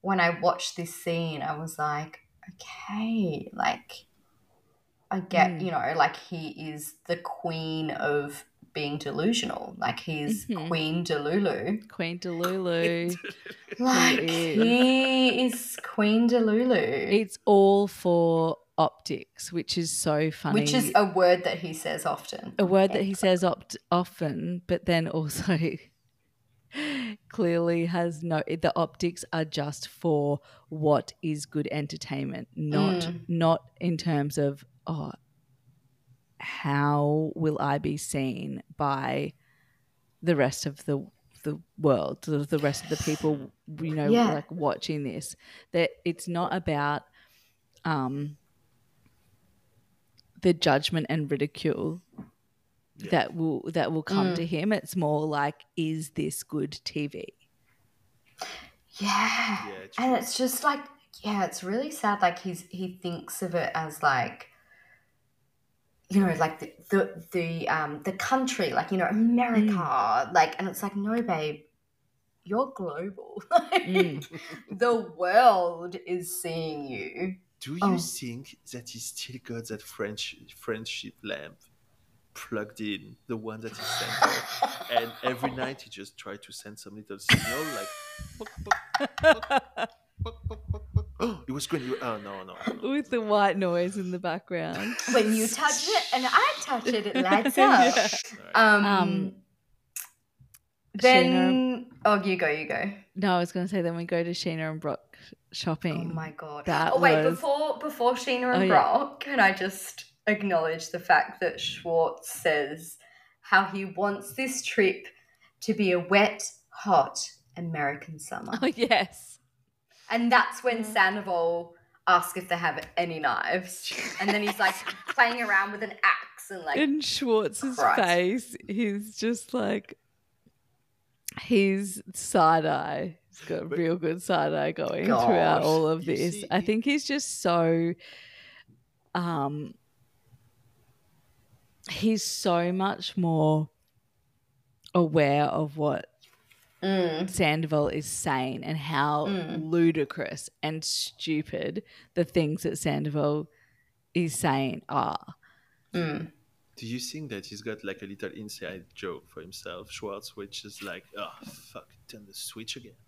Speaker 1: when I watched this scene, I was like, okay, like I get,
Speaker 2: Mm.
Speaker 1: you know, like he is the queen of being delusional. Like he's
Speaker 2: Mhm.
Speaker 1: Queen Delulu.
Speaker 2: Queen Delulu.
Speaker 1: Like
Speaker 2: is.
Speaker 1: he is Queen Delulu.
Speaker 2: it's all for optics, which is so funny. Oh.
Speaker 1: Which is a word that he says often.
Speaker 2: a word that he says opt often, but then also clearly has no. The optics are just for what is good entertainment, not
Speaker 1: Mm.
Speaker 2: not in terms of oh, how will I be seen by the rest of the the world, the, the rest of the people, you know,
Speaker 1: Yeah.
Speaker 2: like watching this. That it's not about um, the judgment and ridicule
Speaker 4: Yeah.
Speaker 2: that will that will come
Speaker 1: Mm.
Speaker 2: to him. It's more like, is this good TV?
Speaker 1: Yeah.
Speaker 4: yeah
Speaker 1: and it's just like yeah it's really sad like he's he thinks of it as like you know like the the, the um the country like you know america
Speaker 2: Mm.
Speaker 1: like and it's like no babe you're global
Speaker 2: Mm.
Speaker 1: the world is seeing you
Speaker 4: do you
Speaker 1: Oh.
Speaker 4: think that he still got that French friendship lamp plugged in the one that he sent her and every night he just tried to send some little signal like oh, it was going oh no no, no.
Speaker 2: With the white noise in the background.
Speaker 1: when you touch it and i touch it it lights up
Speaker 2: Yeah.
Speaker 1: um,
Speaker 2: Um,
Speaker 1: then oh you go you go
Speaker 2: No, I was going to say then we go to Sheena and Brock
Speaker 1: Oh
Speaker 2: shopping.
Speaker 1: my god!
Speaker 2: That
Speaker 1: oh wait,
Speaker 2: was-
Speaker 1: before before Sheena and
Speaker 2: Oh, yeah.
Speaker 1: Brock, can I just acknowledge the fact that Schwartz says how he wants this trip to be a wet, hot American summer,
Speaker 2: Oh yes.
Speaker 1: and that's when Sandoval asks if they have any knives, and then he's like playing around with an axe and like
Speaker 2: In Schwartz's
Speaker 1: Christ.
Speaker 2: face, he's just like he's side eye. He's got
Speaker 4: But-
Speaker 2: real good side eye going
Speaker 1: Gosh.
Speaker 2: throughout all of
Speaker 4: You
Speaker 2: this.
Speaker 4: see,
Speaker 2: I
Speaker 4: it-
Speaker 2: think he's just so um he's so much more aware of what
Speaker 1: mm,
Speaker 2: Sandoval is sane and how
Speaker 4: Hmm.
Speaker 1: Mm.
Speaker 2: ludicrous and stupid the things that Sandoval is saying are.
Speaker 1: mm.
Speaker 4: Do you think that he's got like a little inside joke for himself, Schwartz, which is like, oh fuck, turn the switch again? Oh,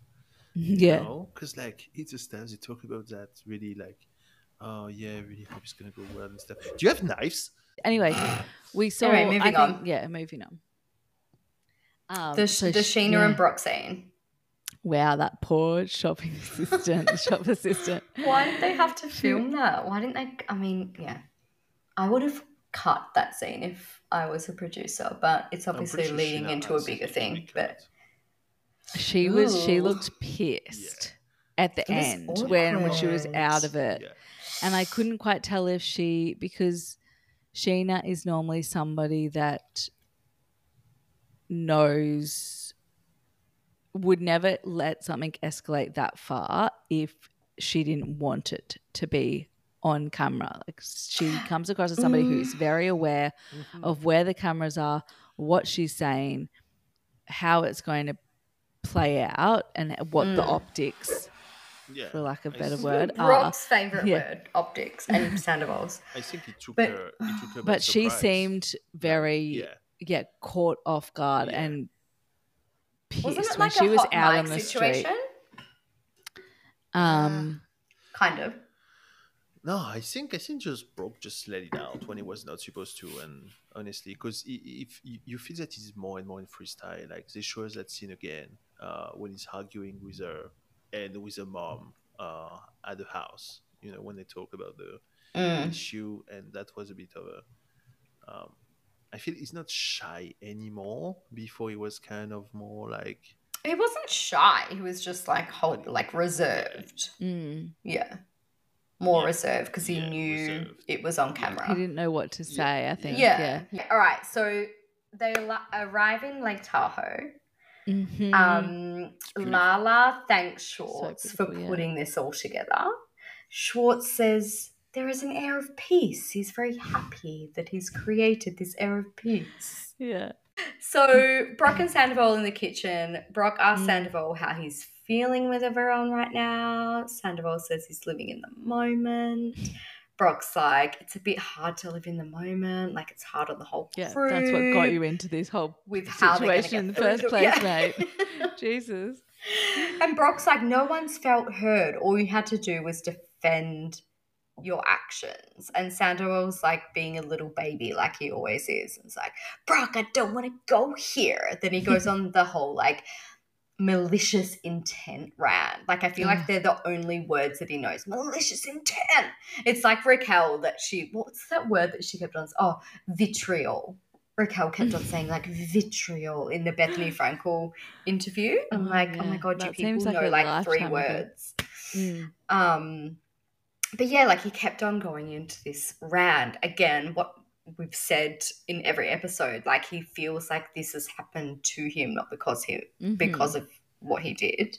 Speaker 2: Yeah.
Speaker 4: because like it's just times you talk about that really like, oh yeah, I really hope it's gonna go well and stuff. Do you have knives?
Speaker 2: Anyway, we saw.
Speaker 1: Anyway,
Speaker 2: I
Speaker 1: moving
Speaker 2: think-
Speaker 1: on.
Speaker 2: Yeah, moving on. Um,
Speaker 1: The,
Speaker 2: so
Speaker 1: the
Speaker 2: sh-
Speaker 1: Sheena
Speaker 2: yeah.
Speaker 1: and Brock scene.
Speaker 2: Wow, that poor shopping assistant, shop assistant.
Speaker 1: Why did they have to film that? Why didn't they? I mean, yeah, I would have cut that scene if I was a producer, but it's
Speaker 4: I'm
Speaker 1: obviously
Speaker 4: pretty sure
Speaker 1: leading
Speaker 4: Sheena
Speaker 1: into a
Speaker 4: asked if
Speaker 1: bigger
Speaker 4: it can be
Speaker 1: thing. But
Speaker 4: cut.
Speaker 2: She was. She
Speaker 1: Ooh.
Speaker 2: looked pissed at the
Speaker 1: It was
Speaker 2: end when when she was
Speaker 1: awkward.
Speaker 2: out of it,
Speaker 4: yeah,
Speaker 2: and I couldn't quite tell if she because Sheena is normally somebody that knows would never let something escalate that far if she didn't want it to be on camera. Like she comes across as somebody who
Speaker 1: Mm.
Speaker 2: is very aware
Speaker 1: Mm-hmm.
Speaker 2: of where the cameras are, what she's saying, how it's going to play out, and what the
Speaker 1: Mm.
Speaker 2: optics,
Speaker 4: yeah.
Speaker 2: for lack of
Speaker 4: I
Speaker 2: a better
Speaker 4: see.
Speaker 2: word, are.
Speaker 1: Brock's favorite
Speaker 2: yeah.
Speaker 1: word: optics and Sandoval's.
Speaker 4: I think it took
Speaker 1: But-
Speaker 4: her. It took her by
Speaker 2: But she
Speaker 4: surprise.
Speaker 2: seemed very
Speaker 4: Yeah,
Speaker 2: yeah, caught off guard
Speaker 4: Yeah.
Speaker 2: and pissed
Speaker 1: Wasn't it
Speaker 2: when
Speaker 1: like
Speaker 2: she
Speaker 1: a
Speaker 2: was
Speaker 1: hot
Speaker 2: out
Speaker 1: mic
Speaker 2: on the
Speaker 1: situation?
Speaker 2: street. Um,
Speaker 1: Kind of.
Speaker 4: No, I think I think just Brock just let it out when he was not supposed to, and honestly, because if you you feel that he's more and more in freestyle, like they show us that scene again uh, when he's arguing with her and with her mom uh, at the house, you know, when they talk about the
Speaker 1: Mm.
Speaker 4: issue, and that was a bit of a. Um, I feel he's not shy anymore. Before he was kind of more like
Speaker 1: He wasn't shy. He was just like hold, like reserved.
Speaker 2: mm,
Speaker 1: Yeah, more
Speaker 4: Yeah.
Speaker 1: reserved because he
Speaker 4: Yeah,
Speaker 1: knew
Speaker 4: reserved.
Speaker 1: it was on
Speaker 2: he
Speaker 1: camera.
Speaker 2: didn't know what to say. I think.
Speaker 1: Yeah.
Speaker 2: Yeah.
Speaker 1: All right. So they la- arrive in Lake Tahoe.
Speaker 2: Mhm.
Speaker 1: Um,
Speaker 4: beautiful.
Speaker 1: Lala thanks Schwartz for
Speaker 2: beautiful, yeah.
Speaker 1: putting this all together. Schwartz says there is an air of peace. He's very happy that he's created this air of peace. Mm.
Speaker 2: yeah.
Speaker 1: So Brock and Sandoval in the kitchen. Brock asks
Speaker 2: Mm.
Speaker 1: Sandoval how he's feeling with everyone right now. Sandoval says he's living in the moment. Brock's like, it's a bit hard to live in the moment. Like it's hard on the whole
Speaker 2: Yeah.
Speaker 1: crew.
Speaker 2: That's what got you into this whole
Speaker 1: with how they're gonna
Speaker 2: situation in the
Speaker 1: get through
Speaker 2: first
Speaker 1: the-
Speaker 2: place,
Speaker 1: yeah.
Speaker 2: mate. Jesus.
Speaker 1: and Brock's like, no one's felt heard. All you had to do was defend your actions. And Sandoval's like being a little baby, like he always is. And it's like, Brock, I don't want to go here. Then he goes on the whole like malicious intent rant. Like I feel
Speaker 2: Ugh.
Speaker 1: like they're the only words that he knows. Malicious intent. It's like Raquel that she what's that word that she kept on? Oh, vitriol. Raquel kept on saying like vitriol in the Bethany Frankel interview. I'm
Speaker 2: Oh,
Speaker 1: like, oh
Speaker 2: yeah.
Speaker 1: my god, you
Speaker 2: That seems
Speaker 1: people
Speaker 2: like
Speaker 1: know
Speaker 2: a
Speaker 1: like three
Speaker 2: lifetime ago.
Speaker 1: words.
Speaker 2: Mm.
Speaker 1: Um, but yeah, like he kept on going into this rant again. What we've said in every episode, like he feels like this has happened to him, not because he
Speaker 2: Mhm.
Speaker 1: because of what he did.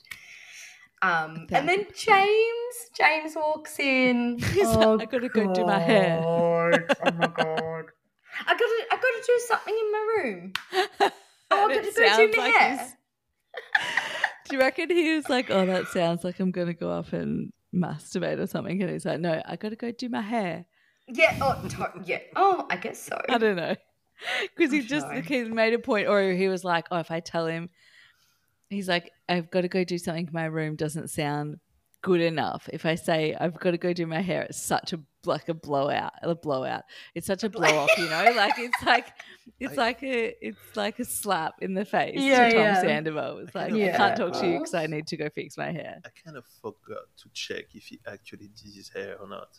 Speaker 1: Um,
Speaker 2: A
Speaker 1: and then James, James walks in. Oh,
Speaker 2: He's like, "I gotta go do my hair."
Speaker 1: God. oh my god! I gotta, I gotta do something in my room. Oh, I
Speaker 2: It
Speaker 1: gotta go do
Speaker 2: sounds
Speaker 1: my
Speaker 2: like
Speaker 1: hair.
Speaker 2: he's- Do you reckon he was like, "Oh, that sounds like I'm gonna go off and masturbate or something," and he's like, "No, I gotta go do my hair."
Speaker 1: Yeah. Oh, to- yeah. Oh, I guess so.
Speaker 2: I don't know. Because he
Speaker 1: Gosh,
Speaker 2: just
Speaker 1: no.
Speaker 2: like, he made a point, or he was like, "Oh, if I tell him, he's like, I've got to go do something. My room doesn't sound good enough. If I say I've got to go do my hair, it's such a like a blowout, a blowout. It's such a
Speaker 1: blow-
Speaker 2: blow off, you know. Like it's like it's
Speaker 4: I-
Speaker 2: like a it's like a slap in the face
Speaker 1: Yeah,
Speaker 2: to Tom
Speaker 1: yeah.
Speaker 2: Sandoval. It's
Speaker 4: I
Speaker 2: like
Speaker 4: kind
Speaker 1: of
Speaker 2: I can't talk to you
Speaker 1: forgot.
Speaker 2: because I need to go fix my hair.
Speaker 4: I kind of forgot to check if he actually did his hair or not.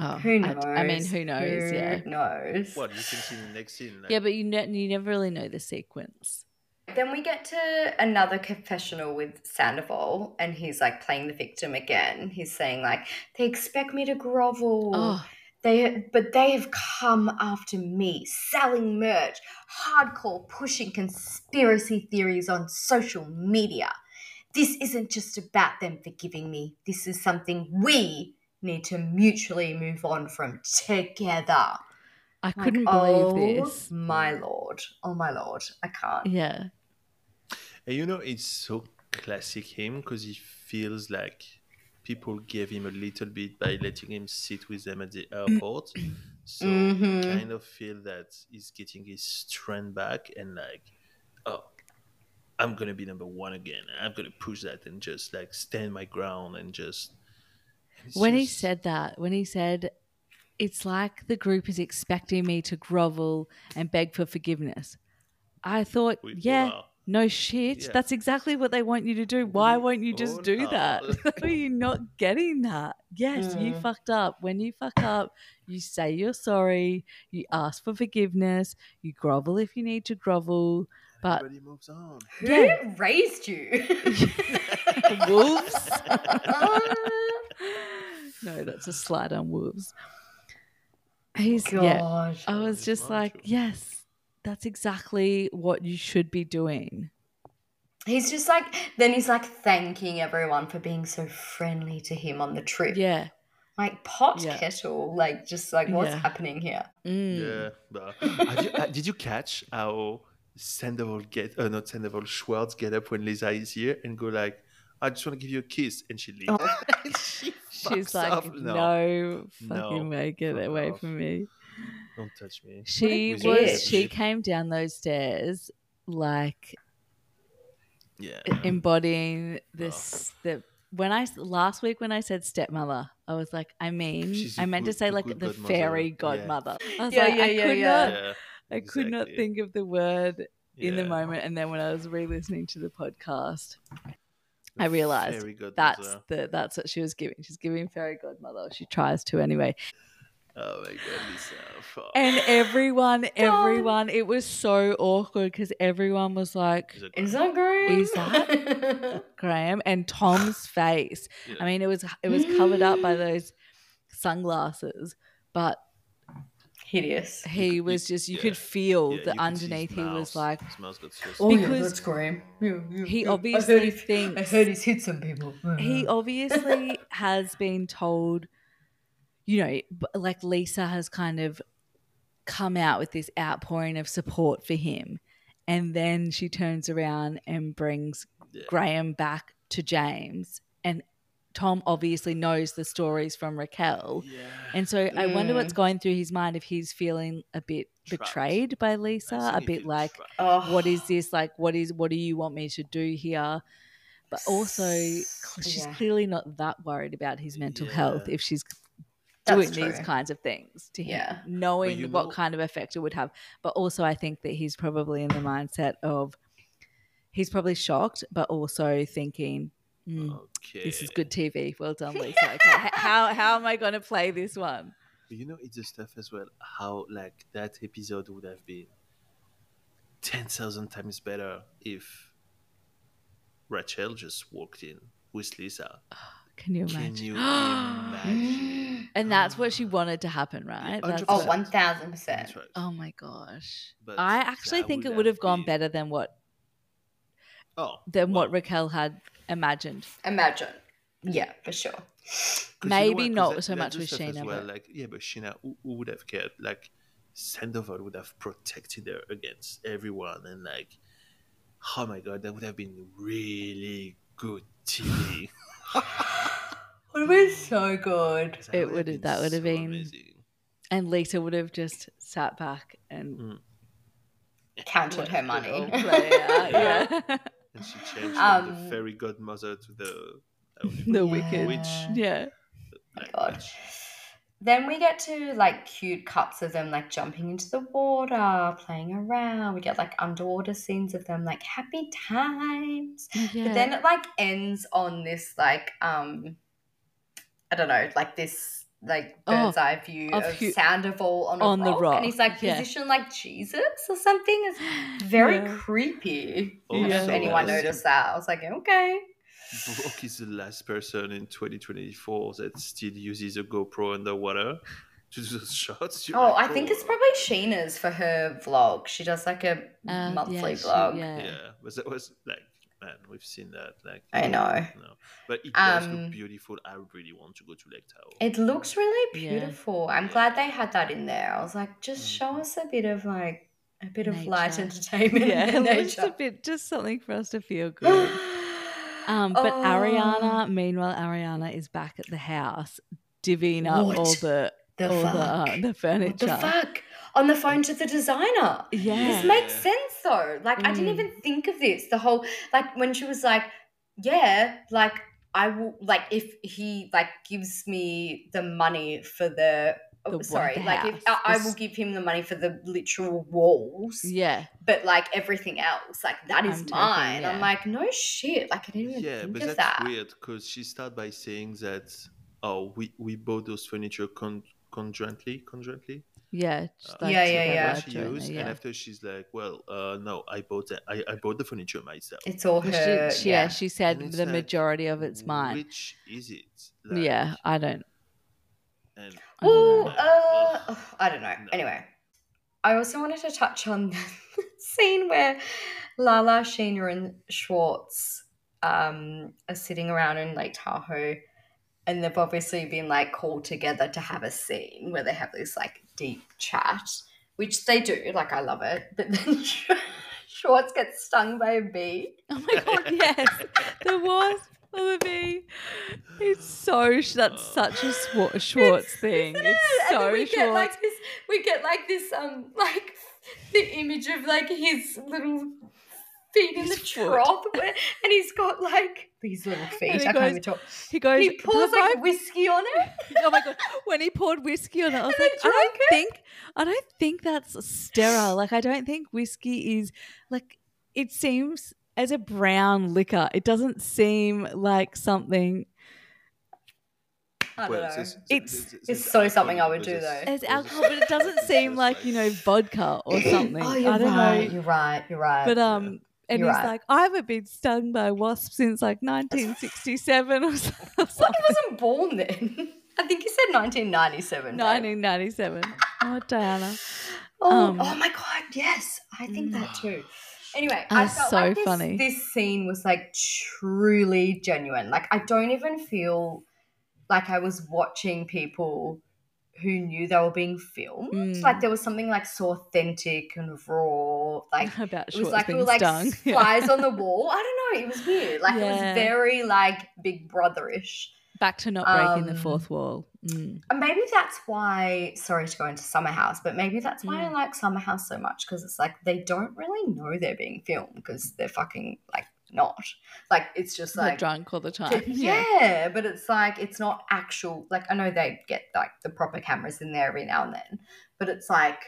Speaker 2: Oh,
Speaker 1: Who
Speaker 2: I,
Speaker 1: knows?
Speaker 2: I mean, who knows?
Speaker 1: Who
Speaker 2: Yeah,
Speaker 1: knows?
Speaker 4: Well, you can see in the next scene. Like,
Speaker 2: yeah, but you ne- you never really know the sequence.
Speaker 1: Then we get to another confessional with Sandoval, and he's like playing the victim again. He's saying like, "They expect me to grovel.
Speaker 2: Oh,
Speaker 1: They, but they have come after me, selling merch, hardcore pushing conspiracy theories on social media. This isn't just about them forgiving me. This is something we need to mutually move on from together."
Speaker 2: I
Speaker 1: Like,
Speaker 2: couldn't
Speaker 1: oh,
Speaker 2: believe this.
Speaker 1: My lord, oh my lord, I can't.
Speaker 2: Yeah.
Speaker 4: And you know, it's so classic him because he feels
Speaker 2: Mm.
Speaker 4: like people gave him a little bit by letting him sit with them at the airport. So
Speaker 2: Mm-hmm.
Speaker 1: Mhm.
Speaker 4: kind of feel that he's getting his strength back and like, oh, I'm gonna be number one again. I'm gonna push that and just like stand my ground and just. it's
Speaker 2: when he
Speaker 4: just-
Speaker 2: said that, when he said, it's like the group is expecting me to grovel and beg for forgiveness, I thought,
Speaker 4: We all
Speaker 2: yeah,
Speaker 4: are.
Speaker 2: no shit.
Speaker 4: Yeah.
Speaker 2: That's exactly what they want you to do. Why
Speaker 4: We
Speaker 2: won't you
Speaker 4: all
Speaker 2: just do
Speaker 4: are.
Speaker 2: that? Are you not getting that? Yes, you
Speaker 1: Mm.
Speaker 2: fucked up. When you fuck up, you say you're sorry, you ask for forgiveness, you grovel if you need to grovel. But
Speaker 4: Everybody moves on.
Speaker 1: Who
Speaker 2: Yeah.
Speaker 1: raised you?
Speaker 2: wolves. no, that's a slide on wolves. He's yeah. Oh.
Speaker 1: God.
Speaker 2: I was
Speaker 4: It's
Speaker 2: just
Speaker 4: not
Speaker 2: like,
Speaker 4: true.
Speaker 2: yes, that's exactly what you should be doing.
Speaker 1: He's just like, then he's like thanking everyone for being so friendly to him on the trip.
Speaker 2: Yeah.
Speaker 1: Like pot
Speaker 2: Yeah.
Speaker 1: kettle, like just like what's
Speaker 2: Yeah.
Speaker 1: happening here?
Speaker 2: Mm.
Speaker 4: Yeah, but Have you- uh, did you catch how Sandoval get uh, not Sandoval Schwartz get up when Lisa is here and go like, I just want to give you a kiss, and she leaves. She
Speaker 2: Oh. She's
Speaker 4: fucks
Speaker 2: like,
Speaker 4: off.
Speaker 2: no, fucking
Speaker 4: No.
Speaker 2: way, get
Speaker 4: Fuck
Speaker 2: away
Speaker 4: off.
Speaker 2: from me.
Speaker 4: don't touch me.
Speaker 2: She
Speaker 1: bitch.
Speaker 2: was. She
Speaker 4: Bitch.
Speaker 2: came down those stairs like
Speaker 4: Yeah,
Speaker 2: embodying this. The when I last week when I said stepmother, I was like, I mean,
Speaker 4: She's a
Speaker 2: I meant
Speaker 4: good-
Speaker 2: to say
Speaker 4: a
Speaker 2: like
Speaker 4: good
Speaker 2: the
Speaker 4: godmother.
Speaker 2: fairy
Speaker 4: Yeah.
Speaker 2: godmother. I was
Speaker 1: Yeah,
Speaker 2: like,
Speaker 1: yeah,
Speaker 2: I
Speaker 1: yeah,
Speaker 2: could
Speaker 1: yeah.
Speaker 2: not.
Speaker 4: yeah,
Speaker 2: I could not
Speaker 4: exactly.
Speaker 2: think of the word in the
Speaker 4: Yeah.
Speaker 2: moment. And then when I was re-listening to the podcast,
Speaker 4: The
Speaker 2: I realised
Speaker 4: fairy godmother.
Speaker 2: that's the that's what she was giving. She's giving fairy godmother. She tries to anyway.
Speaker 4: oh my god, Lisa. Fuck.
Speaker 2: And everyone, everyone, it was so awkward because everyone was like,
Speaker 4: She's like,
Speaker 1: Is that great?
Speaker 2: Is Graham and Tom's face.
Speaker 4: Yeah.
Speaker 2: I mean, it was it was covered up by those sunglasses, but
Speaker 1: hideous?
Speaker 4: You could-
Speaker 2: he
Speaker 4: you-
Speaker 2: was just you
Speaker 4: yeah.
Speaker 2: could feel
Speaker 4: yeah, you could
Speaker 2: that
Speaker 4: see
Speaker 2: underneath he was
Speaker 4: smiles.
Speaker 2: like
Speaker 4: Smiles got so
Speaker 1: Oh,
Speaker 4: sweet.
Speaker 1: yeah,
Speaker 2: Because
Speaker 1: that's Graham. Yeah, yeah,
Speaker 2: he
Speaker 1: yeah. I
Speaker 2: obviously
Speaker 1: heard, he's, I
Speaker 2: thinks
Speaker 1: heard he's hit some people. Mm.
Speaker 2: he
Speaker 4: Uh-huh.
Speaker 2: obviously has been told you know b- like lisa has kind of come out with this outpouring of support for him and then she turns around and brings
Speaker 4: Yeah.
Speaker 2: graham back to james and tom obviously knows the stories from raquel
Speaker 4: Yeah.
Speaker 2: and so i wonder
Speaker 1: Mm.
Speaker 2: what's going through his mind if he's feeling a bit
Speaker 4: Trapped.
Speaker 2: betrayed by
Speaker 4: I
Speaker 2: lisa
Speaker 4: think
Speaker 2: a
Speaker 4: he
Speaker 2: bit
Speaker 4: feels
Speaker 2: like
Speaker 4: trapped.
Speaker 1: Oh.
Speaker 2: what is this like what is what do you want me to do here but also cl- she's
Speaker 1: Yeah.
Speaker 2: clearly not that worried about his mental
Speaker 4: Yeah.
Speaker 2: health if she's
Speaker 1: That's
Speaker 2: doing these
Speaker 1: true.
Speaker 2: kinds of things to him
Speaker 1: Yeah.
Speaker 2: knowing
Speaker 4: you
Speaker 2: what
Speaker 4: know-
Speaker 2: kind of effect it would have but also i think that he's probably in the mindset of he's probably shocked but also thinking "Mm,
Speaker 4: Okay.
Speaker 2: this is good tv well done lisa okay h- how, how am i going to play this one
Speaker 4: Do you know it's the stuff as well how like that episode would have been ten thousand times better if Rachel just walked in with Lisa.
Speaker 2: can you
Speaker 4: Can
Speaker 2: imagine
Speaker 4: you imagine?
Speaker 2: and that's what she wanted to happen right That's
Speaker 1: Oh,
Speaker 2: what-
Speaker 1: one thousand percent.
Speaker 4: That's right.
Speaker 2: oh my gosh
Speaker 4: But
Speaker 2: I actually
Speaker 4: that
Speaker 2: think it would have gone
Speaker 4: been-
Speaker 2: better than what
Speaker 4: Oh,
Speaker 2: than
Speaker 4: well,
Speaker 2: what Raquel had imagined.
Speaker 1: Imagine. Yeah, for sure.
Speaker 4: 'cause you know
Speaker 2: Maybe
Speaker 4: what? 'Cause
Speaker 2: not
Speaker 4: that-
Speaker 2: so
Speaker 4: that's
Speaker 2: much
Speaker 4: the
Speaker 2: with
Speaker 4: stuff as
Speaker 2: Shayna,
Speaker 4: Well.
Speaker 2: but-
Speaker 4: Like, yeah, but Sheena, who, who would have cared? Like, Sandoval would have protected her against everyone, and like, oh my god, that would have been really good TV.
Speaker 1: Would have been so good.
Speaker 2: It would have- that would have been- And Lisa would have just sat back and
Speaker 1: Counted her
Speaker 2: let it all
Speaker 1: money.
Speaker 2: play out, yeah.
Speaker 4: And she changed from
Speaker 1: Um,
Speaker 4: the fairy godmother to the oh,
Speaker 2: the
Speaker 1: Yeah.
Speaker 2: wicked
Speaker 4: witch.
Speaker 2: Yeah.
Speaker 4: Like,
Speaker 1: God. Oh Then we get to like cute cuts of them like jumping into the water, playing around. We get like underwater scenes of them like happy times. But then it like ends on this like um I don't know, like this like
Speaker 2: Oh,
Speaker 1: bird's eye view
Speaker 2: of
Speaker 1: of,
Speaker 2: hu-
Speaker 1: Sandoval on,
Speaker 2: on
Speaker 1: a
Speaker 2: the
Speaker 1: rock,
Speaker 2: rock,
Speaker 1: and he's like
Speaker 2: yeah.
Speaker 1: positioned like Jesus or something. It's very
Speaker 2: Yeah.
Speaker 1: creepy. I
Speaker 4: Oh,
Speaker 1: don't know
Speaker 2: Yeah.
Speaker 1: if
Speaker 2: so
Speaker 1: anyone
Speaker 4: that's-
Speaker 1: noticed that. I was like, okay.
Speaker 4: Brooke is the last person in 2024 that still uses a GoPro underwater to do those shots. You're
Speaker 1: Oh, I
Speaker 4: like,
Speaker 1: think it's
Speaker 4: "Oh."
Speaker 1: probably Sheena's for her vlog. She does like a
Speaker 2: Um,
Speaker 1: monthly
Speaker 2: yeah, she-
Speaker 1: vlog.
Speaker 2: yeah.
Speaker 4: Yeah, but that was like, man, we've seen that. Like,
Speaker 1: I know.
Speaker 4: No, but it does
Speaker 1: Um,
Speaker 4: look beautiful. I really want to go to Lake Tahoe.
Speaker 1: It looks really
Speaker 2: Yeah.
Speaker 1: beautiful. I'm glad they had that in there. I was like, just show
Speaker 4: Mhm.
Speaker 1: us a bit of like a bit of light
Speaker 2: Nature.
Speaker 1: entertainment.
Speaker 2: Yeah,
Speaker 1: and
Speaker 2: it was just a
Speaker 1: nature.
Speaker 2: bit just something for us to feel good. Um, but
Speaker 1: Oh.
Speaker 2: Ariana, meanwhile, Ariana is back at the house divvying up all
Speaker 1: What?
Speaker 2: oh, the
Speaker 1: the
Speaker 2: all
Speaker 1: fuck?
Speaker 2: the, the furniture.
Speaker 1: what the fuck? On the phone to the designer.
Speaker 2: Yeah.
Speaker 1: This makes sense though. Like I didn't
Speaker 2: Mm.
Speaker 1: even think of this. The whole like when she was like, yeah, like I will like if he like gives me the money for the,
Speaker 2: The
Speaker 1: oh,
Speaker 2: what?
Speaker 1: sorry,
Speaker 2: The
Speaker 1: like if
Speaker 2: house.
Speaker 1: I, I
Speaker 2: The
Speaker 1: will
Speaker 2: s-
Speaker 1: give him the money for the literal walls,
Speaker 2: Yeah.
Speaker 1: but like everything else, like that is
Speaker 2: I'm taking,
Speaker 1: mine.
Speaker 2: yeah.
Speaker 1: I'm like, no shit. Like I didn't even
Speaker 4: yeah,
Speaker 1: think
Speaker 4: but that's
Speaker 1: of that.
Speaker 4: weird because she started by saying that oh we we bought those furniture con- conjointly conjointly
Speaker 2: Yeah. just
Speaker 4: Uh,
Speaker 2: like
Speaker 1: Yeah,
Speaker 2: sort
Speaker 1: yeah,
Speaker 2: of
Speaker 1: yeah.
Speaker 2: like
Speaker 4: She
Speaker 2: jointly,
Speaker 4: used,
Speaker 2: yeah.
Speaker 4: and after she's like well uh no i bought it i, I bought the furniture myself
Speaker 1: It's all
Speaker 2: She-
Speaker 1: her.
Speaker 2: she- yeah.
Speaker 1: yeah.
Speaker 2: she said
Speaker 4: And it's
Speaker 2: the
Speaker 4: like,
Speaker 2: majority of it's mine.
Speaker 4: which is it
Speaker 2: yeah,
Speaker 4: Like,
Speaker 2: I don't.
Speaker 4: and
Speaker 2: I don't
Speaker 1: Ooh,
Speaker 2: know.
Speaker 1: uh,
Speaker 4: Ugh.
Speaker 1: I don't know.
Speaker 4: No.
Speaker 1: Anyway, I also wanted to touch on the scene where Lala, Sheena, and Schwartz um, are sitting around in Lake Tahoe, and they've obviously been like called together to have a scene where they have this like deep chat, which they do. Like I love it, but then Schwartz gets stung by a bee.
Speaker 2: Oh my god, yes, the wasp for the bee. It's so sh- that's such a Schwar- Schwartz thing.
Speaker 1: Isn't it?
Speaker 2: It's
Speaker 1: And
Speaker 2: so
Speaker 1: then we
Speaker 2: Schwartz.
Speaker 1: get like this we get like this um like the image of like his little feet in the
Speaker 2: His foot.
Speaker 1: trough where, and he's got like these little feet.
Speaker 2: he
Speaker 1: I
Speaker 2: goes-
Speaker 1: can't even talk.
Speaker 2: he goes,
Speaker 1: He pours
Speaker 2: "Bye-bye."
Speaker 1: like whiskey on it.
Speaker 2: oh my god, when he poured whiskey on it, I was
Speaker 1: And
Speaker 2: like,
Speaker 1: then
Speaker 2: I
Speaker 1: drank
Speaker 2: don't think, I don't think that's sterile. Like, I don't think whiskey is like. It seems as a brown liquor. It doesn't seem like something
Speaker 1: I don't
Speaker 4: well,
Speaker 1: know.
Speaker 4: this-
Speaker 2: It's-
Speaker 4: this- this
Speaker 1: it's
Speaker 4: is
Speaker 1: so something I
Speaker 4: alcohol,
Speaker 1: would
Speaker 4: but
Speaker 1: do,
Speaker 4: it's-
Speaker 1: though.
Speaker 2: as alcohol, but it doesn't seem like you know vodka or something.
Speaker 1: oh, you're
Speaker 2: I don't
Speaker 1: right.
Speaker 2: know.
Speaker 1: You're right. You're right.
Speaker 2: But um, and
Speaker 1: You're
Speaker 2: he's
Speaker 1: right.
Speaker 2: like, I haven't been stung by a wasp since like 1967 or something.
Speaker 1: he wasn't born then. I think he said 1997. babe.
Speaker 2: 1997. Oh, Diana.
Speaker 1: Oh,
Speaker 2: Um,
Speaker 1: oh my god, yes, I think that too. Anyway, I
Speaker 2: That's
Speaker 1: felt
Speaker 2: so
Speaker 1: like this,
Speaker 2: funny.
Speaker 1: This scene was like truly genuine. Like I don't even feel like I was watching people who knew they were being filmed.
Speaker 2: Mm.
Speaker 1: Like there was something like so authentic and raw. Like
Speaker 2: About
Speaker 1: it was
Speaker 2: Schwartz
Speaker 1: like we
Speaker 2: being
Speaker 1: were like
Speaker 2: stung.
Speaker 1: s- flies on the wall. I don't know. It was weird. Like it
Speaker 2: Yeah.
Speaker 1: was very like Big Brotherish.
Speaker 2: Back to not breaking the
Speaker 1: Um,
Speaker 2: fourth wall. Mm.
Speaker 1: And maybe that's why, sorry to go into Summer House, but maybe that's why I
Speaker 2: Mm.
Speaker 1: like Summer House so much because it's like they don't really know they're being filmed because they're fucking like not. Like it's just
Speaker 2: They're
Speaker 1: like.
Speaker 2: drunk all the time.
Speaker 1: th- yeah. but it's like it's not actual. Like I know they get like the proper cameras in there every now and then, but it's like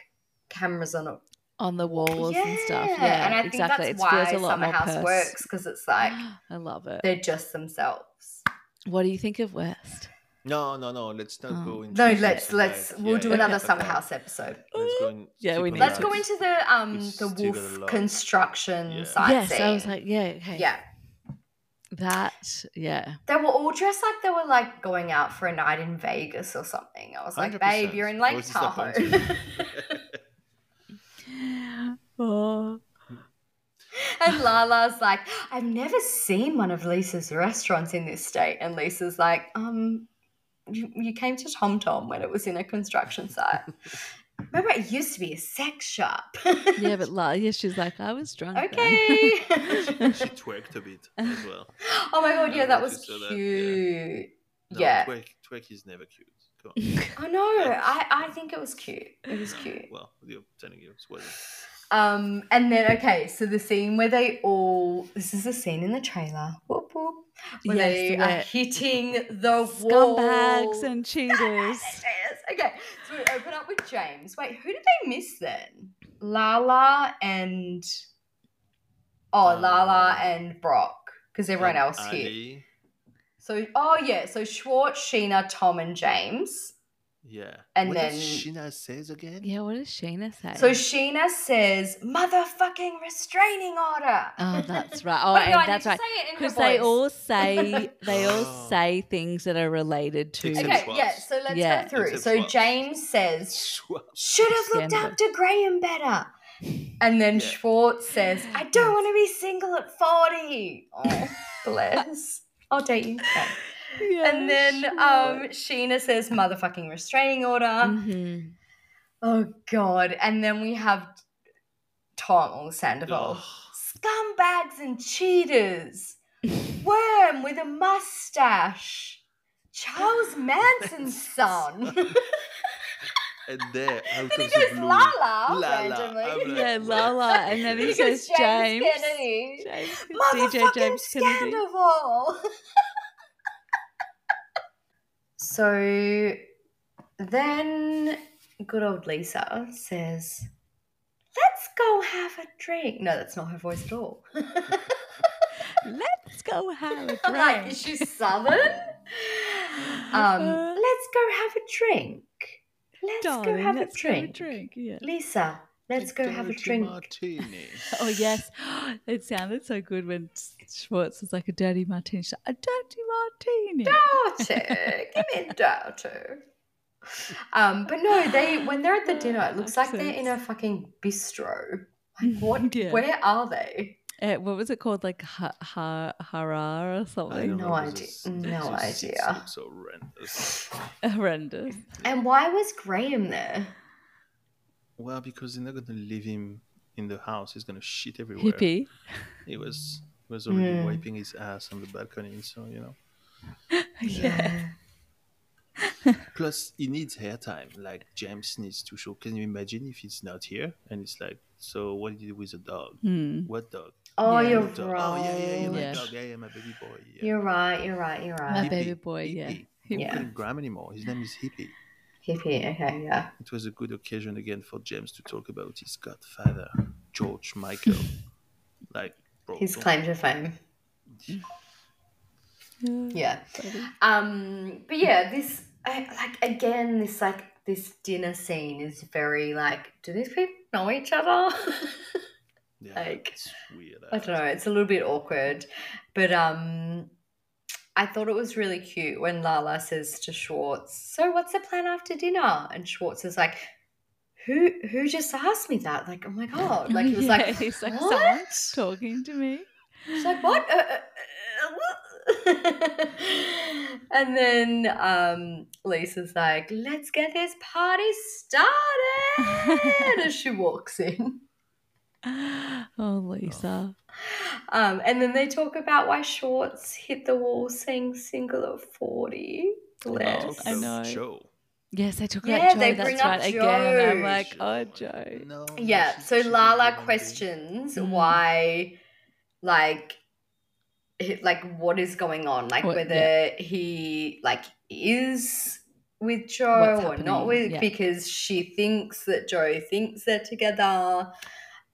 Speaker 1: cameras on a
Speaker 2: On the walls and stuff.
Speaker 1: Yeah,
Speaker 2: Yeah,
Speaker 1: and I think
Speaker 2: exactly.
Speaker 1: that's
Speaker 2: it
Speaker 1: why
Speaker 2: feels a lot
Speaker 1: Summer
Speaker 2: more
Speaker 1: House
Speaker 2: pers-
Speaker 1: works because it's like
Speaker 2: I love it.
Speaker 1: they're just themselves.
Speaker 2: What do you think of West?
Speaker 4: no no no let's not
Speaker 2: Oh.
Speaker 4: go into
Speaker 1: No,
Speaker 4: this,
Speaker 1: let's
Speaker 4: like,
Speaker 1: let's we'll
Speaker 4: yeah,
Speaker 1: do
Speaker 4: yeah,
Speaker 1: another
Speaker 4: okay.
Speaker 1: Summer House episode.
Speaker 4: let's go in,
Speaker 2: Yeah, we
Speaker 4: keep on
Speaker 2: need
Speaker 1: Let's
Speaker 2: that.
Speaker 1: go
Speaker 4: that.
Speaker 1: into the um
Speaker 4: It's
Speaker 1: the
Speaker 4: still
Speaker 1: wolf
Speaker 4: got a lot.
Speaker 1: construction
Speaker 4: Yeah.
Speaker 1: site.
Speaker 2: yes, I was like, yeah, okay.
Speaker 1: yeah.
Speaker 2: That, yeah.
Speaker 1: They were all dressed like they were like going out for a night in Vegas or something. I was like, babe,
Speaker 4: 100%.
Speaker 1: you're in
Speaker 4: I
Speaker 1: Lake
Speaker 4: was
Speaker 1: Tahoe.
Speaker 4: disappointed.
Speaker 2: Oh.
Speaker 1: and Lala's like, I've never seen one of Lisa's restaurants in this state. And Lisa's like, um, you, you came to Tom Tom when it was in a construction site. Remember, it used to be a sex shop.
Speaker 2: Yeah, but la- yeah, she's like, I was drunk. then."
Speaker 1: okay.
Speaker 4: she twerked a bit as well
Speaker 1: oh my god, yeah,
Speaker 4: I
Speaker 1: that was
Speaker 4: noticed that, yeah.
Speaker 1: cute.
Speaker 4: no,
Speaker 1: Yeah.
Speaker 4: twerk, twerk is never cute Come
Speaker 1: I know. I, I think it was cute. It was
Speaker 4: No,
Speaker 1: cute.
Speaker 4: Well, you're telling you it's well.
Speaker 1: Um, and then okay, so the scene where they all this is a scene in the trailer. Whoop whoop. Where
Speaker 2: Yes,
Speaker 1: they
Speaker 2: where-
Speaker 1: are hitting the
Speaker 2: Scumbags
Speaker 1: wall.
Speaker 2: and cheaters.
Speaker 1: Yes. Okay, so we open up with James. Wait, who did they miss then? Lala and oh, Lala
Speaker 4: Um,
Speaker 1: and Brock, because everyone
Speaker 4: And
Speaker 1: else here.
Speaker 4: Um, Ali,
Speaker 1: So oh yeah, so Schwartz, Sheena, Tom, and James.
Speaker 4: Yeah.
Speaker 1: And
Speaker 4: what
Speaker 1: then-
Speaker 4: did Sheena says again.
Speaker 2: yeah, what does Sheena say?
Speaker 1: So Sheena says, "Motherfucking restraining order."
Speaker 2: oh, that's right. Oh,
Speaker 1: Wait, no, I
Speaker 2: and
Speaker 1: need
Speaker 2: that's
Speaker 1: to
Speaker 2: right.
Speaker 1: say it in her
Speaker 2: Because they
Speaker 1: voice.
Speaker 2: all say they all
Speaker 4: Oh.
Speaker 2: say things that are related to.
Speaker 4: Except
Speaker 1: Okay,
Speaker 4: Swabs.
Speaker 1: yeah, so let's
Speaker 2: Yeah.
Speaker 1: go through.
Speaker 4: Except
Speaker 1: So
Speaker 4: Swabs.
Speaker 1: James says, should have looked
Speaker 2: Scandal.
Speaker 1: after Graham better. And then
Speaker 4: Yeah.
Speaker 1: Schwartz says, I don't want to be single at 40. Oh, bless. I'll date you. Okay. And then um, Sheena says, motherfucking restraining order.
Speaker 2: Mhm.
Speaker 1: Oh, God. And then we have Tom or Sandoval. Scumbags and cheaters. Worm with a mustache. Charles Manson's son.
Speaker 4: and there, out
Speaker 1: Then
Speaker 4: of
Speaker 1: he
Speaker 4: the
Speaker 1: goes
Speaker 4: blue,
Speaker 1: Lala,
Speaker 4: Lala,
Speaker 1: randomly.
Speaker 4: I'm like,
Speaker 2: Yeah,
Speaker 4: what?
Speaker 2: Lala. And then he
Speaker 1: Because
Speaker 2: says James.
Speaker 1: Kennedy.
Speaker 2: James-
Speaker 1: Motherfucking Scandival. so then good old Lisa says, Let's go have a drink. No, that's not her voice at all.
Speaker 2: Let's go have a
Speaker 1: I'm like,
Speaker 2: drink.
Speaker 1: is she southern? um,
Speaker 2: Uh,
Speaker 1: let's go have a drink. Let's
Speaker 2: Darling,
Speaker 1: go have a
Speaker 2: let's go
Speaker 1: drink.
Speaker 2: drink. Yeah.
Speaker 1: Lisa, let's go have a
Speaker 4: Dirty
Speaker 1: drink.
Speaker 4: Martini.
Speaker 2: Oh yes, it sounded so good when Schwartz was like a dirty martini. She's like, a dirty martini.
Speaker 1: daughter. Give me a daughter. Um, but no, they when they're at
Speaker 2: Oh,
Speaker 1: the dinner, it looks like they're in a fucking bistro. Like what?
Speaker 2: Yeah.
Speaker 1: Where are they?
Speaker 2: Uh, what was it called? Like ha- ha- hara or
Speaker 4: I don't
Speaker 2: something?
Speaker 1: No
Speaker 4: know,
Speaker 1: idea-
Speaker 4: this-
Speaker 1: no
Speaker 4: this seat
Speaker 1: idea.
Speaker 4: looks horrendous.
Speaker 2: Horrendous.
Speaker 1: And why was Graham there?
Speaker 4: Well, because they're not gonna leave him in the house. He's gonna shit everywhere.
Speaker 2: Hippie.
Speaker 4: He was he was already
Speaker 1: Mm.
Speaker 4: wiping his ass on the balcony, so you know.
Speaker 2: Yeah.
Speaker 4: Plus, he needs hair time. Like James needs to show. Can you imagine if it's not here? And it's like, so what did you do with the dog?
Speaker 2: Hmm.
Speaker 4: What dog?
Speaker 1: Oh,
Speaker 2: Yeah.
Speaker 1: you're
Speaker 4: What
Speaker 1: right.
Speaker 4: dog? Oh yeah, yeah, yeah, my
Speaker 2: Yeah.
Speaker 4: dog. Yeah, yeah, my baby boy. Yeah.
Speaker 1: You're right. You're right. You're
Speaker 2: My
Speaker 1: right.
Speaker 4: Hippie,
Speaker 2: baby boy. Yeah.
Speaker 4: hippie.
Speaker 2: Hippie.
Speaker 4: He
Speaker 1: Yeah.
Speaker 4: couldn't gram anymore. His name is Hippie.
Speaker 1: Hippie. Okay. Yeah.
Speaker 4: It was a good occasion again for James to talk about his godfather, George Michael. like, bro,
Speaker 1: His
Speaker 4: don't-
Speaker 1: claim to fame. Yeah.
Speaker 2: Baby.
Speaker 1: Um, but yeah, this I, like again, this like this dinner scene is very like, do these people know each other?
Speaker 4: Yeah,
Speaker 1: like,
Speaker 4: it's weird.
Speaker 1: I don't know. It's a little bit awkward, but um, I thought it was really cute when Lala says to Schwartz, "So what's the plan after dinner?" And Schwartz is like, "Who who just asked me that? Like, oh my god!" Like he was
Speaker 2: Yeah,
Speaker 1: like,
Speaker 2: he's like
Speaker 1: "What?"
Speaker 2: someone's talking to me.
Speaker 1: She's like, what? Uh, uh, uh, what?" and then um, Lisa's like, let's get this party started as she walks in.
Speaker 2: Oh, Lisa.
Speaker 1: Um, and then they talk about why Shorts hit the wall saying single at 40. Bless.
Speaker 2: I know.
Speaker 4: Joe.
Speaker 2: Yes, they talk
Speaker 1: Yeah,
Speaker 2: about Joe.
Speaker 1: they
Speaker 2: that's
Speaker 1: bring up
Speaker 2: right. Again,
Speaker 1: Joe.
Speaker 2: I'm like, oh, Joe.
Speaker 4: No, no,
Speaker 1: Yeah,
Speaker 4: she's-
Speaker 1: so
Speaker 4: she's a
Speaker 1: Lala
Speaker 4: human being.
Speaker 1: questions
Speaker 2: Mm.
Speaker 1: why, like, it- like what is going on, like
Speaker 2: What-
Speaker 1: whether he like is with
Speaker 2: What's
Speaker 1: Joe or
Speaker 2: happening,
Speaker 1: not with,
Speaker 2: yeah.
Speaker 1: because she thinks that Joe thinks they're together,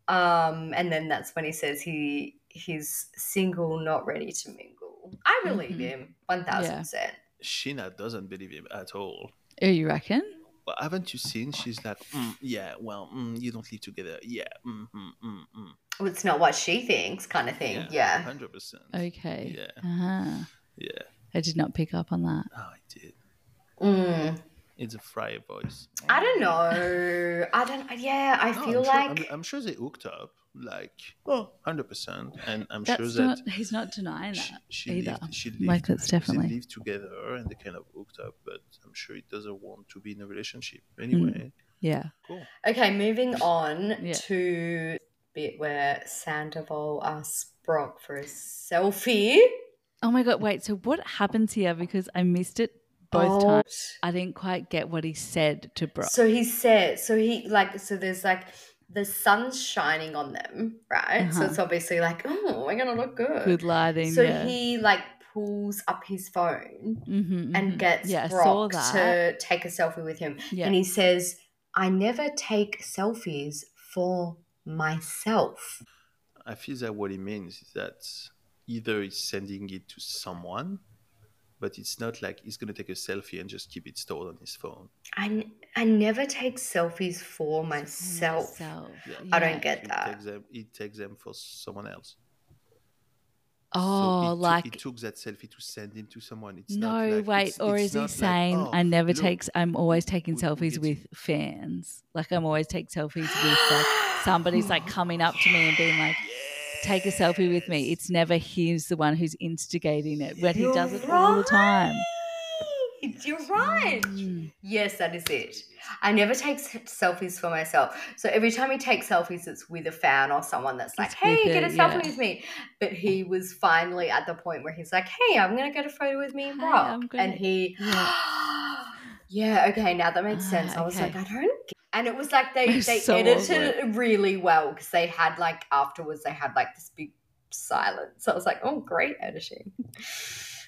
Speaker 1: um, and then that's when he says he he's single, not ready to mingle. I believe
Speaker 2: Mhm.
Speaker 1: him one thousand percent.
Speaker 4: Sheena doesn't believe him at all.
Speaker 2: Oh, you reckon?
Speaker 4: But haven't you seen? She's like, mm, yeah, well, mm, you don't live together. Yeah, mm, mm, mm, mm.
Speaker 1: Well, it's not what she thinks, kind of thing. Yeah,
Speaker 4: hundred percent.
Speaker 2: Okay.
Speaker 4: Yeah.
Speaker 2: Uh-huh.
Speaker 4: Yeah,
Speaker 2: I did not pick up on that.
Speaker 4: oh, I did.
Speaker 1: Mm.
Speaker 4: It's a fryer voice.
Speaker 1: I don't know. I don't. Yeah, I
Speaker 4: No,
Speaker 2: Oh,
Speaker 1: feel
Speaker 4: I'm sure,
Speaker 1: like.
Speaker 4: I'm, I'm sure they hooked up, like, oh, 100%. And I'm
Speaker 2: That's
Speaker 4: sure
Speaker 2: not.
Speaker 4: that
Speaker 2: He's not denying
Speaker 4: she,
Speaker 2: that.
Speaker 4: she
Speaker 2: either.
Speaker 4: lived, she lived,
Speaker 2: Like, that's definitely-
Speaker 4: they lived together and they kind of hooked up, but I'm sure he doesn't want to be in a relationship anyway.
Speaker 2: Yeah.
Speaker 4: Cool.
Speaker 1: Okay, moving on
Speaker 2: Yeah.
Speaker 1: to bit where Sandoval asks Brock for a selfie.
Speaker 2: Oh my god! Wait. So what happens here? Because I missed it both
Speaker 1: Oh,
Speaker 2: times. I didn't quite get what he said to Brock.
Speaker 1: So he said, so he like, so there's like the sun's shining on them, right? So
Speaker 2: Uh-huh.
Speaker 1: it's obviously like, oh, we're gonna look good.
Speaker 2: Good lighting.
Speaker 1: so
Speaker 2: yeah.
Speaker 1: he like pulls up his phone
Speaker 2: Mhm, mhm.
Speaker 1: and gets
Speaker 2: Yeah, I saw
Speaker 1: Brock to
Speaker 2: that.
Speaker 1: take a selfie with him,
Speaker 2: Yeah.
Speaker 1: and he says, "I never take selfies for myself."
Speaker 2: Hmm.
Speaker 4: I feel that what he means is that either he's sending it to someone, but it's not like he's going to take a selfie and just keep it stored on his phone.
Speaker 1: I, n- I never take selfies for myself.
Speaker 2: Myself.
Speaker 4: Yeah.
Speaker 1: I don't
Speaker 2: Mm, Yeah.
Speaker 1: get
Speaker 4: He
Speaker 1: that.
Speaker 4: takes them, he takes them for someone else. So
Speaker 2: Oh,
Speaker 4: he took-
Speaker 2: like
Speaker 4: he took that selfie to send him to someone. It's
Speaker 2: no,
Speaker 4: not like,
Speaker 2: wait.
Speaker 4: it's-
Speaker 2: or
Speaker 4: it's
Speaker 2: is he
Speaker 4: not like,
Speaker 2: saying
Speaker 4: "Oh,
Speaker 2: I never
Speaker 4: look,
Speaker 2: takes? I'm always taking
Speaker 4: we- we
Speaker 2: selfies
Speaker 4: get-
Speaker 2: with fans. Like I'm always take selfies with like somebody's like coming up to me and being like. Take a selfie with me. It's never he's the one who's instigating it, but he
Speaker 1: You're
Speaker 2: does it all the time.
Speaker 1: right. You're right.
Speaker 2: Mm.
Speaker 1: Yes, that is it. I never take s- selfies for myself. So every time he takes selfies, it's with a fan or someone that's like,
Speaker 2: It's
Speaker 1: hey,
Speaker 2: with
Speaker 1: get a
Speaker 2: it,
Speaker 1: selfie
Speaker 2: yeah.
Speaker 1: with me. But he was finally at the point where he's like, hey, I'm going to get a photo with me and
Speaker 2: Hey,
Speaker 1: Brock.
Speaker 2: I'm
Speaker 1: and
Speaker 2: gonna-
Speaker 1: he, Yeah, okay, now that makes sense.
Speaker 5: Ah,
Speaker 1: I was
Speaker 5: okay.
Speaker 1: like, I don't. Get... And it was like they
Speaker 2: It's
Speaker 1: they
Speaker 2: so
Speaker 1: edited it really well because they had like afterwards they had like this big silence. I was like, oh, great editing.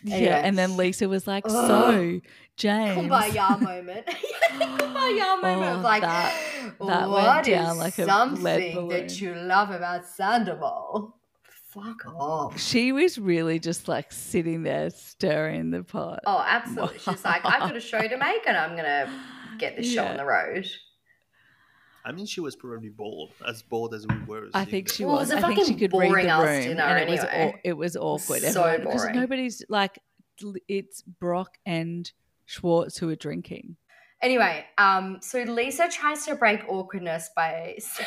Speaker 2: Yeah. And then Lisa was like,
Speaker 1: Ugh.
Speaker 2: so, James.
Speaker 1: kumbaya moment. kumbaya moment
Speaker 2: Oh,
Speaker 1: of like
Speaker 2: that- that went
Speaker 1: "What is
Speaker 2: down like a lead
Speaker 1: something
Speaker 2: balloon."
Speaker 1: that you love about Sandoval. Fuck off.
Speaker 2: She was really just like sitting there stirring the pot.
Speaker 1: Oh, absolutely. She's like, I've got a show to make and I'm gonna get this show
Speaker 2: Yeah.
Speaker 1: on the road.
Speaker 4: I mean, she was probably bored, as bored as we were.
Speaker 2: I
Speaker 4: sitting
Speaker 2: think
Speaker 4: there.
Speaker 2: she
Speaker 1: Well, it
Speaker 2: was.
Speaker 1: was a
Speaker 2: I think she
Speaker 1: fucking
Speaker 2: could read the room,
Speaker 1: boring ass
Speaker 2: and
Speaker 1: dinner
Speaker 2: it was
Speaker 1: anyway.
Speaker 2: aw- it was awkward.
Speaker 1: So
Speaker 2: everyone- because
Speaker 1: boring.
Speaker 2: nobody's like it's Brock and Schwartz who are drinking.
Speaker 1: Anyway, um, so Lisa tries to break awkwardness by saying,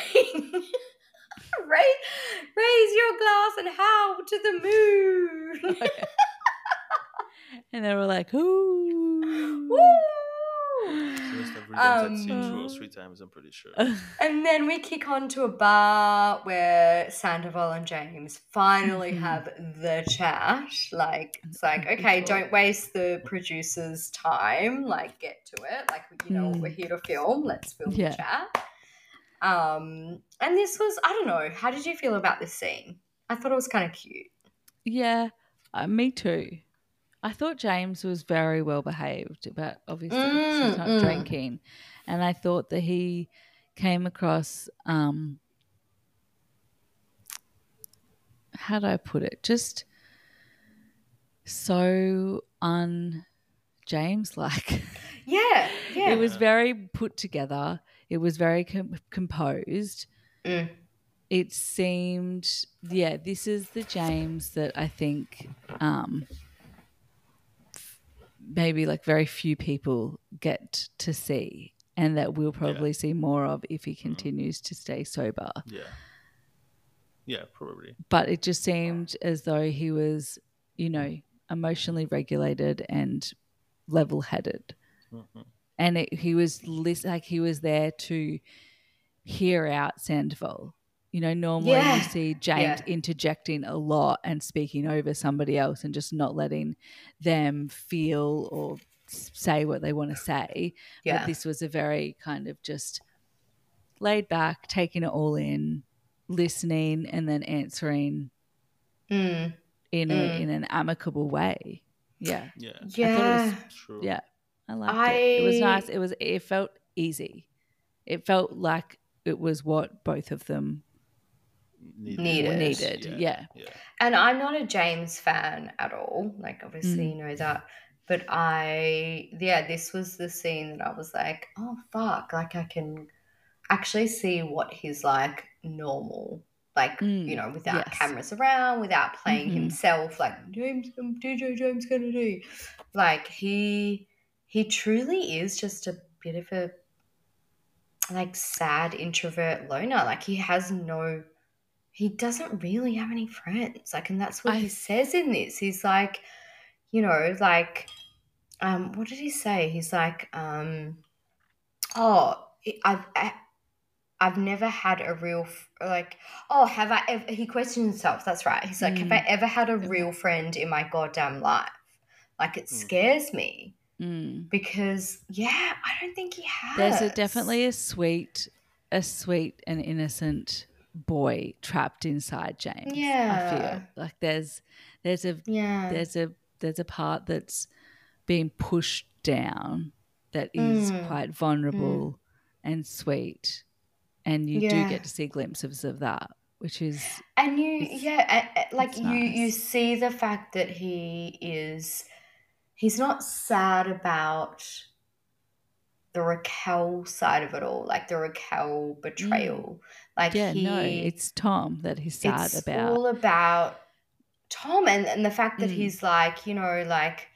Speaker 1: "Raise, raise your glass and howl to the moon."
Speaker 2: And they were like, "Ooh,
Speaker 4: She must have
Speaker 1: Woo!
Speaker 4: redone that scene
Speaker 1: Um,
Speaker 4: two or three times, I'm pretty sure.
Speaker 1: and then we kick on to a bar where Sandoval and James finally
Speaker 2: Mhm.
Speaker 1: have the chat. Like it's like, okay,
Speaker 2: Sure.
Speaker 1: don't waste the producer's time. Like get to it. Like you know,
Speaker 2: Mm.
Speaker 1: we're here to film. Let's film
Speaker 2: Yeah.
Speaker 1: the chat. Um, and this was I don't know. How did you feel about this scene? I thought it was kind of cute.
Speaker 2: yeah, uh, me too." I thought James was very well behaved, but obviously he's
Speaker 1: Mm,
Speaker 2: not
Speaker 1: mm.
Speaker 2: drinking, and I thought that he came across. Um, how do I put it? Just so un James like.
Speaker 1: Yeah, yeah.
Speaker 2: It was
Speaker 4: Yeah.
Speaker 2: very put together. It was very com- composed.
Speaker 1: Mm.
Speaker 2: It seemed, yeah, this is the James that I think um, f- maybe like very few people get to see, and that we'll probably see more of if he continues to stay sober.
Speaker 4: Yeah. Yeah, probably.
Speaker 2: But it just seemed as though he was, you know, emotionally regulated and level headed
Speaker 4: Mhm.
Speaker 2: and it, he was lis- like he was there to hear out Sandoval. You know, normally
Speaker 1: Yeah.
Speaker 2: you see James
Speaker 1: Yeah.
Speaker 2: interjecting a lot and speaking over somebody else and just not letting them feel or s- say what they want to say.
Speaker 1: yeah.
Speaker 2: But this was a very kind of just laid back, taking it all in, listening, and then answering
Speaker 1: Mm.
Speaker 2: in
Speaker 1: Mm.
Speaker 2: a, in an amicable way. Yeah,
Speaker 4: Yeah,
Speaker 1: Yeah.
Speaker 4: true.
Speaker 2: Yeah. I liked it. It was
Speaker 1: I-
Speaker 2: nice. It was it felt easy. It felt like it was what both of them
Speaker 4: Needed.
Speaker 1: Needed.
Speaker 4: was,
Speaker 2: needed. Yeah.
Speaker 4: Yeah.
Speaker 1: And I'm not a James fan at all. Like, obviously, you know that. But I, yeah, this was the scene that I was like, oh, fuck. Like, I can actually see what he's like normal. Like,
Speaker 2: Mm,
Speaker 1: you know, without
Speaker 2: yes.
Speaker 1: cameras around, without playing
Speaker 2: Mhm.
Speaker 1: himself, like James, um, DJ James Kennedy. Like, he, he truly is just a bit of a, like, sad introvert loner. Like, he has no he doesn't really have any friends. Like, and that's what
Speaker 2: I-
Speaker 1: he says in this. He's like, you know, like, um, what did he say? He's like, um, oh, I've, I, I've never had a real, f- like, oh, have I ever, he questions himself. That's right. He's like, have
Speaker 2: Mm.
Speaker 1: I ever had a real friend in my goddamn life? Like, it
Speaker 4: Mm.
Speaker 1: scares me
Speaker 2: Mm.
Speaker 1: because, yeah, I don't think he has.
Speaker 2: There's a, definitely a sweet, a sweet and innocent boy trapped inside James. I
Speaker 1: Yeah.
Speaker 2: feel like there's there's a
Speaker 1: yeah.
Speaker 2: there's a there's a part that's being pushed down that is
Speaker 1: Mm.
Speaker 2: quite vulnerable and sweet, and you do
Speaker 1: Yeah.
Speaker 2: get to see glimpses of that, which is
Speaker 1: and you
Speaker 2: It's-
Speaker 1: yeah a- a- like
Speaker 2: it's
Speaker 1: you you
Speaker 2: nice.
Speaker 1: see the fact that he is he's not sad about the Raquel side of it all like the Raquel betrayal like
Speaker 2: Mm. Yeah,
Speaker 1: he
Speaker 2: no, it's Tom that he's sad
Speaker 1: it's
Speaker 2: about.
Speaker 1: all about Tom and, and the fact that
Speaker 2: Mm.
Speaker 1: he's like, you know, like,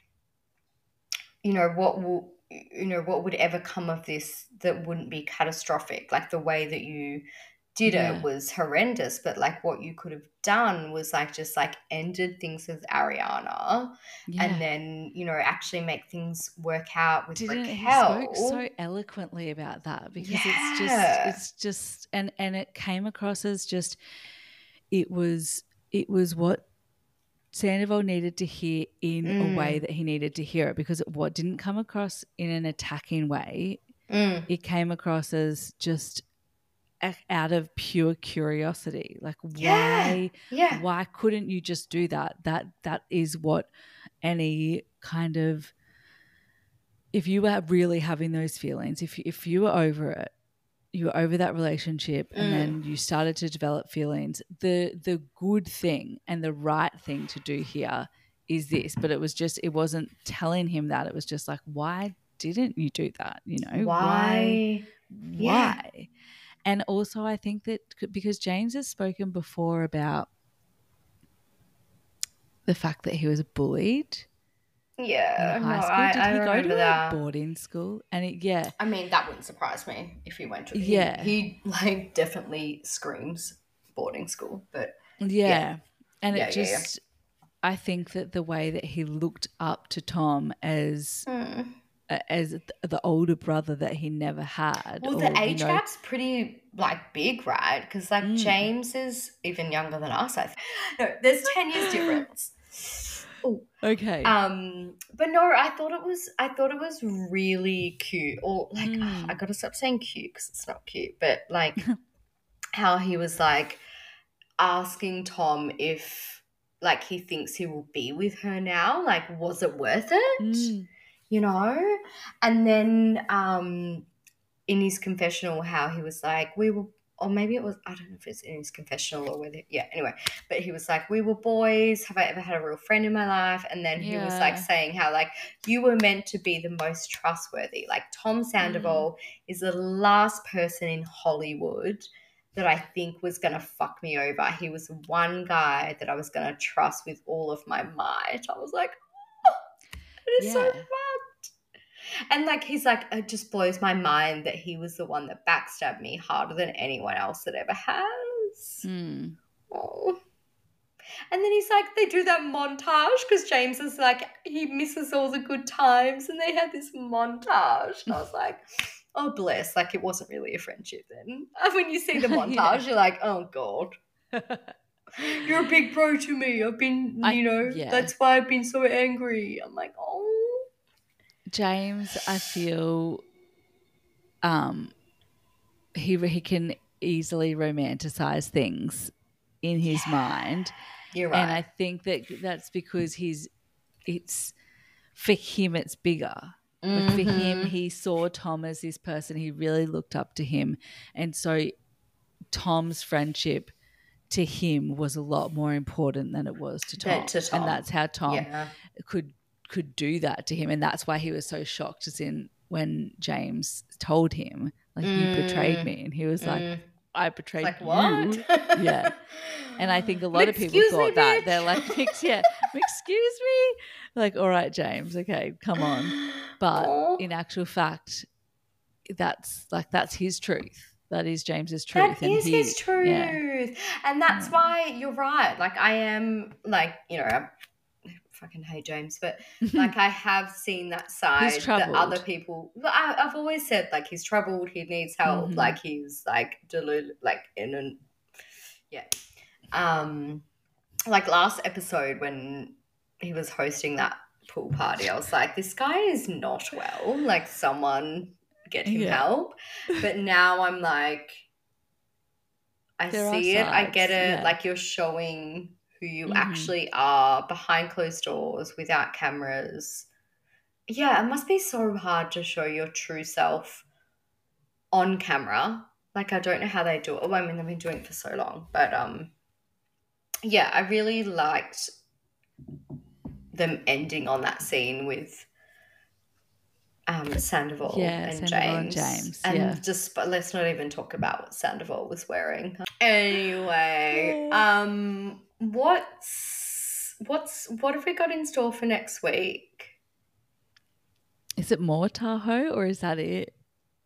Speaker 1: you know, what will, you know, what would ever come of this that wouldn't be catastrophic? Like the way that you did
Speaker 2: Yeah.
Speaker 1: it was horrendous, but like what you could have done was like just like ended things with Ariana
Speaker 2: yeah.
Speaker 1: and then, you know, actually make things work out with
Speaker 2: Didn't he
Speaker 1: Raquel.
Speaker 2: spoke so eloquently about that because it's
Speaker 1: Yeah.
Speaker 2: just it's just and and it came across as just it was it was what Sandoval needed to hear in
Speaker 1: Mm.
Speaker 2: a way that he needed to hear it because it what didn't come across in an attacking way.
Speaker 1: Mm.
Speaker 2: It came across as just a- out of pure curiosity. Like
Speaker 1: Yeah.
Speaker 2: why
Speaker 1: Yeah.
Speaker 2: why couldn't you just do that that that is what any kind of if you were really having those feelings if if you were over it you were over that relationship and then
Speaker 1: Mm.
Speaker 2: you started to develop feelings the the good thing and the right thing to do here is this but it was just it wasn't telling him that it was just like why didn't you do that you know
Speaker 1: Why? Yeah.
Speaker 2: why and also i think that c- because james has spoken before about the fact that he was bullied
Speaker 1: Yeah.
Speaker 2: in
Speaker 1: Uh, No,
Speaker 2: high school
Speaker 1: I,
Speaker 2: did
Speaker 1: I
Speaker 2: he go
Speaker 1: remember
Speaker 2: to
Speaker 1: that.
Speaker 2: a boarding school and it, yeah
Speaker 1: I mean, that wouldn't surprise me if he went to. he-
Speaker 2: Yeah.
Speaker 1: He, like definitely screams boarding school, but
Speaker 2: yeah, and
Speaker 1: Yeah,
Speaker 2: it
Speaker 1: yeah, yeah.
Speaker 2: just i think that the way that he looked up to tom as
Speaker 1: Mm.
Speaker 2: a- as th- the older brother that he never had
Speaker 1: well,
Speaker 2: or,
Speaker 1: the
Speaker 2: you
Speaker 1: age Hmm.
Speaker 2: know,
Speaker 1: gap's pretty like big, right? Because like
Speaker 2: Mm.
Speaker 1: James is even younger than us. I think. No, there's ten years difference. Oh,
Speaker 2: okay
Speaker 1: Um, but no, I thought it was I thought it was really cute. Or like
Speaker 2: Mm.
Speaker 1: ugh, I gotta stop saying cute because it's not cute, but like how he was like asking Tom if like he thinks he will be with her now. Like, was it worth it?
Speaker 2: Mm.
Speaker 1: You know? And then um in his confessional how he was like, we were or maybe it was I don't know if it's in his confessional or whether yeah, anyway but he was like, "We were boys. Have I ever had a real friend in my life?" And then he was like
Speaker 2: Yeah.
Speaker 1: saying how like you were meant to be the most trustworthy. Like Tom Sandoval
Speaker 2: Mm.
Speaker 1: is the last person in Hollywood that I think was gonna fuck me over. He was one guy that I was gonna trust with all of my might. I was like, oh, it is so
Speaker 2: Yeah.
Speaker 1: fucked. And like he's like, it just blows my mind that he was the one that backstabbed me harder than anyone else that ever has.
Speaker 2: Mm.
Speaker 1: Oh. And then he's like, they do that montage because James is like, he misses all the good times, and they had this montage. And I was like, oh, bless. Like, it wasn't really a friendship then. And when you see the
Speaker 2: Yeah.
Speaker 1: montage, you're like, oh, God. You're a big bro to me. I've been,
Speaker 2: I-
Speaker 1: you know,
Speaker 2: yeah.
Speaker 1: that's why I've been so angry. I'm like, oh.
Speaker 2: James, I feel um he he can easily romanticize things in his mind
Speaker 1: You're
Speaker 2: and I
Speaker 1: right.
Speaker 2: think that that's because he's it's for him it's bigger like for him,
Speaker 1: Mm-hmm.
Speaker 2: he saw Tom as this person. He really looked up to him. And so Tom's friendship to him was a lot more important than it was to Tom.
Speaker 1: Than to Tom.
Speaker 2: And that's how Tom
Speaker 1: Yeah.
Speaker 2: could could do that to him. And that's why he was so shocked as in when James told him, like, you betrayed
Speaker 1: Mm.
Speaker 2: me. And he was like,
Speaker 1: Mm.
Speaker 2: I betrayed
Speaker 1: like,
Speaker 2: you.
Speaker 1: what?
Speaker 2: Yeah. And I think a lot of people
Speaker 1: Excuse me,
Speaker 2: thought that.
Speaker 1: bitch.
Speaker 2: They're like, "Mix- yeah, excuse me. Like, all right, James, okay, come on. But
Speaker 1: Aw.
Speaker 2: in actual fact, that's like that's his truth. That is James's truth.
Speaker 1: That is
Speaker 2: he-
Speaker 1: his truth.
Speaker 2: yeah.
Speaker 1: And that's
Speaker 2: Mm.
Speaker 1: why you're right. Like, I am, like, you know, I fucking hate James, but like, I have seen that side that
Speaker 2: troubled.
Speaker 1: other people, Well, I, I've always said, like, he's troubled, he needs help,
Speaker 2: Mhm.
Speaker 1: like, he's like, delul- like, in an, yeah. Um, like, last episode when he was hosting that pool party, I was like, this guy is not well. Like, someone get him
Speaker 2: Yeah.
Speaker 1: help. But now I'm like, I
Speaker 2: There are
Speaker 1: see it. I
Speaker 2: sides,
Speaker 1: get it.
Speaker 2: yeah.
Speaker 1: Like you're showing who you
Speaker 2: Mhm.
Speaker 1: actually are behind closed doors without cameras. Yeah, it must be so hard to show your true self on camera. Like I don't know how they do it. Well, I mean, they've been doing it for so long, but um, yeah, I really liked them ending on that scene with um Sandoval,
Speaker 2: Yeah,
Speaker 1: and,
Speaker 2: Sandoval and
Speaker 1: James.
Speaker 2: James,
Speaker 1: And
Speaker 2: yeah.
Speaker 1: just but let's not even talk about what Sandoval was wearing. Anyway, um what's what's what have we got in store for next week?
Speaker 2: Is it more Tahoe or is that it?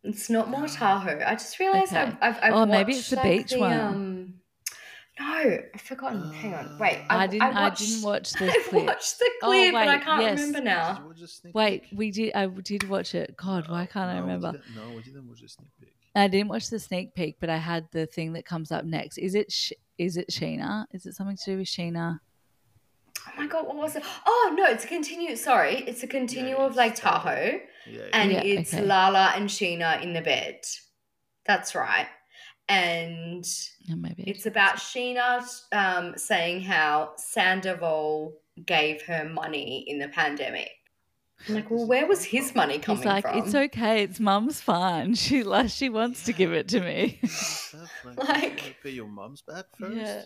Speaker 1: It's not more Tahoe. I just realized
Speaker 2: Oh. Okay.
Speaker 1: I've, I've, I've
Speaker 2: Oh, maybe it's
Speaker 1: watched,
Speaker 2: the
Speaker 1: like,
Speaker 2: beach one.
Speaker 1: Um, no, I've forgotten. Hang on, wait.
Speaker 2: I, didn't. I, didn't
Speaker 1: watched-
Speaker 2: watch the
Speaker 1: I
Speaker 2: clip.
Speaker 1: watched the clip, but I
Speaker 2: Oh, wait,
Speaker 1: can't
Speaker 2: yes.
Speaker 1: remember now.
Speaker 2: Wait, we did. I did watch it. God, why can't I remember?
Speaker 4: no, we didn't watch a sneak peek.
Speaker 2: I didn't watch the sneak peek, but I had the thing that comes up next. Is it? Sh- is it Sheena? Is it something to do with Sheena?
Speaker 1: Oh my forgot what was it. Oh no, it's a continue. Sorry, it's a continue
Speaker 4: yeah,
Speaker 1: of like
Speaker 4: it's Tahoe.
Speaker 1: Tahoe,
Speaker 4: Yeah, yeah.
Speaker 1: and
Speaker 2: Yeah,
Speaker 1: it's
Speaker 2: okay.
Speaker 1: Lala and Sheena in the bed. That's right, and
Speaker 2: Oh, maybe
Speaker 1: it's about Sheena um, saying how Sandoval gave her money in the pandemic. I'm like, well, where was his money
Speaker 2: He's
Speaker 1: coming
Speaker 2: like,
Speaker 1: from?
Speaker 2: it's okay. It's mum's fine. She like she wants to give it to me.
Speaker 4: What's that? Like,
Speaker 1: Like-
Speaker 4: like pay your mom's back first.
Speaker 2: Yeah.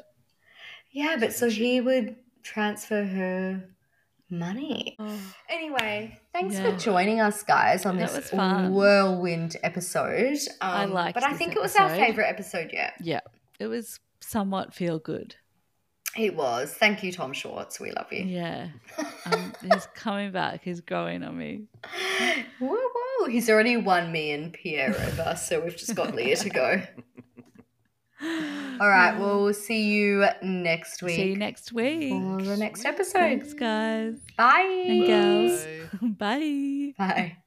Speaker 1: yeah, but so he would transfer her money.
Speaker 2: Oh,
Speaker 1: Anyway, thanks
Speaker 2: Yeah.
Speaker 1: for joining us, guys, on
Speaker 2: That
Speaker 1: this
Speaker 2: was fun.
Speaker 1: whirlwind episode. Um,
Speaker 2: I liked
Speaker 1: but I
Speaker 2: this
Speaker 1: think it was our
Speaker 2: episode.
Speaker 1: favorite episode yet.
Speaker 2: yeah, it was somewhat feel good.
Speaker 1: It was. Thank you, Tom Schwartz. We love you.
Speaker 2: Yeah, um, he's coming back. He's growing on me.
Speaker 1: woo woo! He's already won me and Pierre over, so we've just got Leah to go. All right, well, we'll see you next week
Speaker 2: See you next week.
Speaker 1: for the next episode.
Speaker 2: Thanks, guys.
Speaker 1: Bye.
Speaker 2: And girls.
Speaker 4: Bye.
Speaker 2: Bye.
Speaker 1: Bye.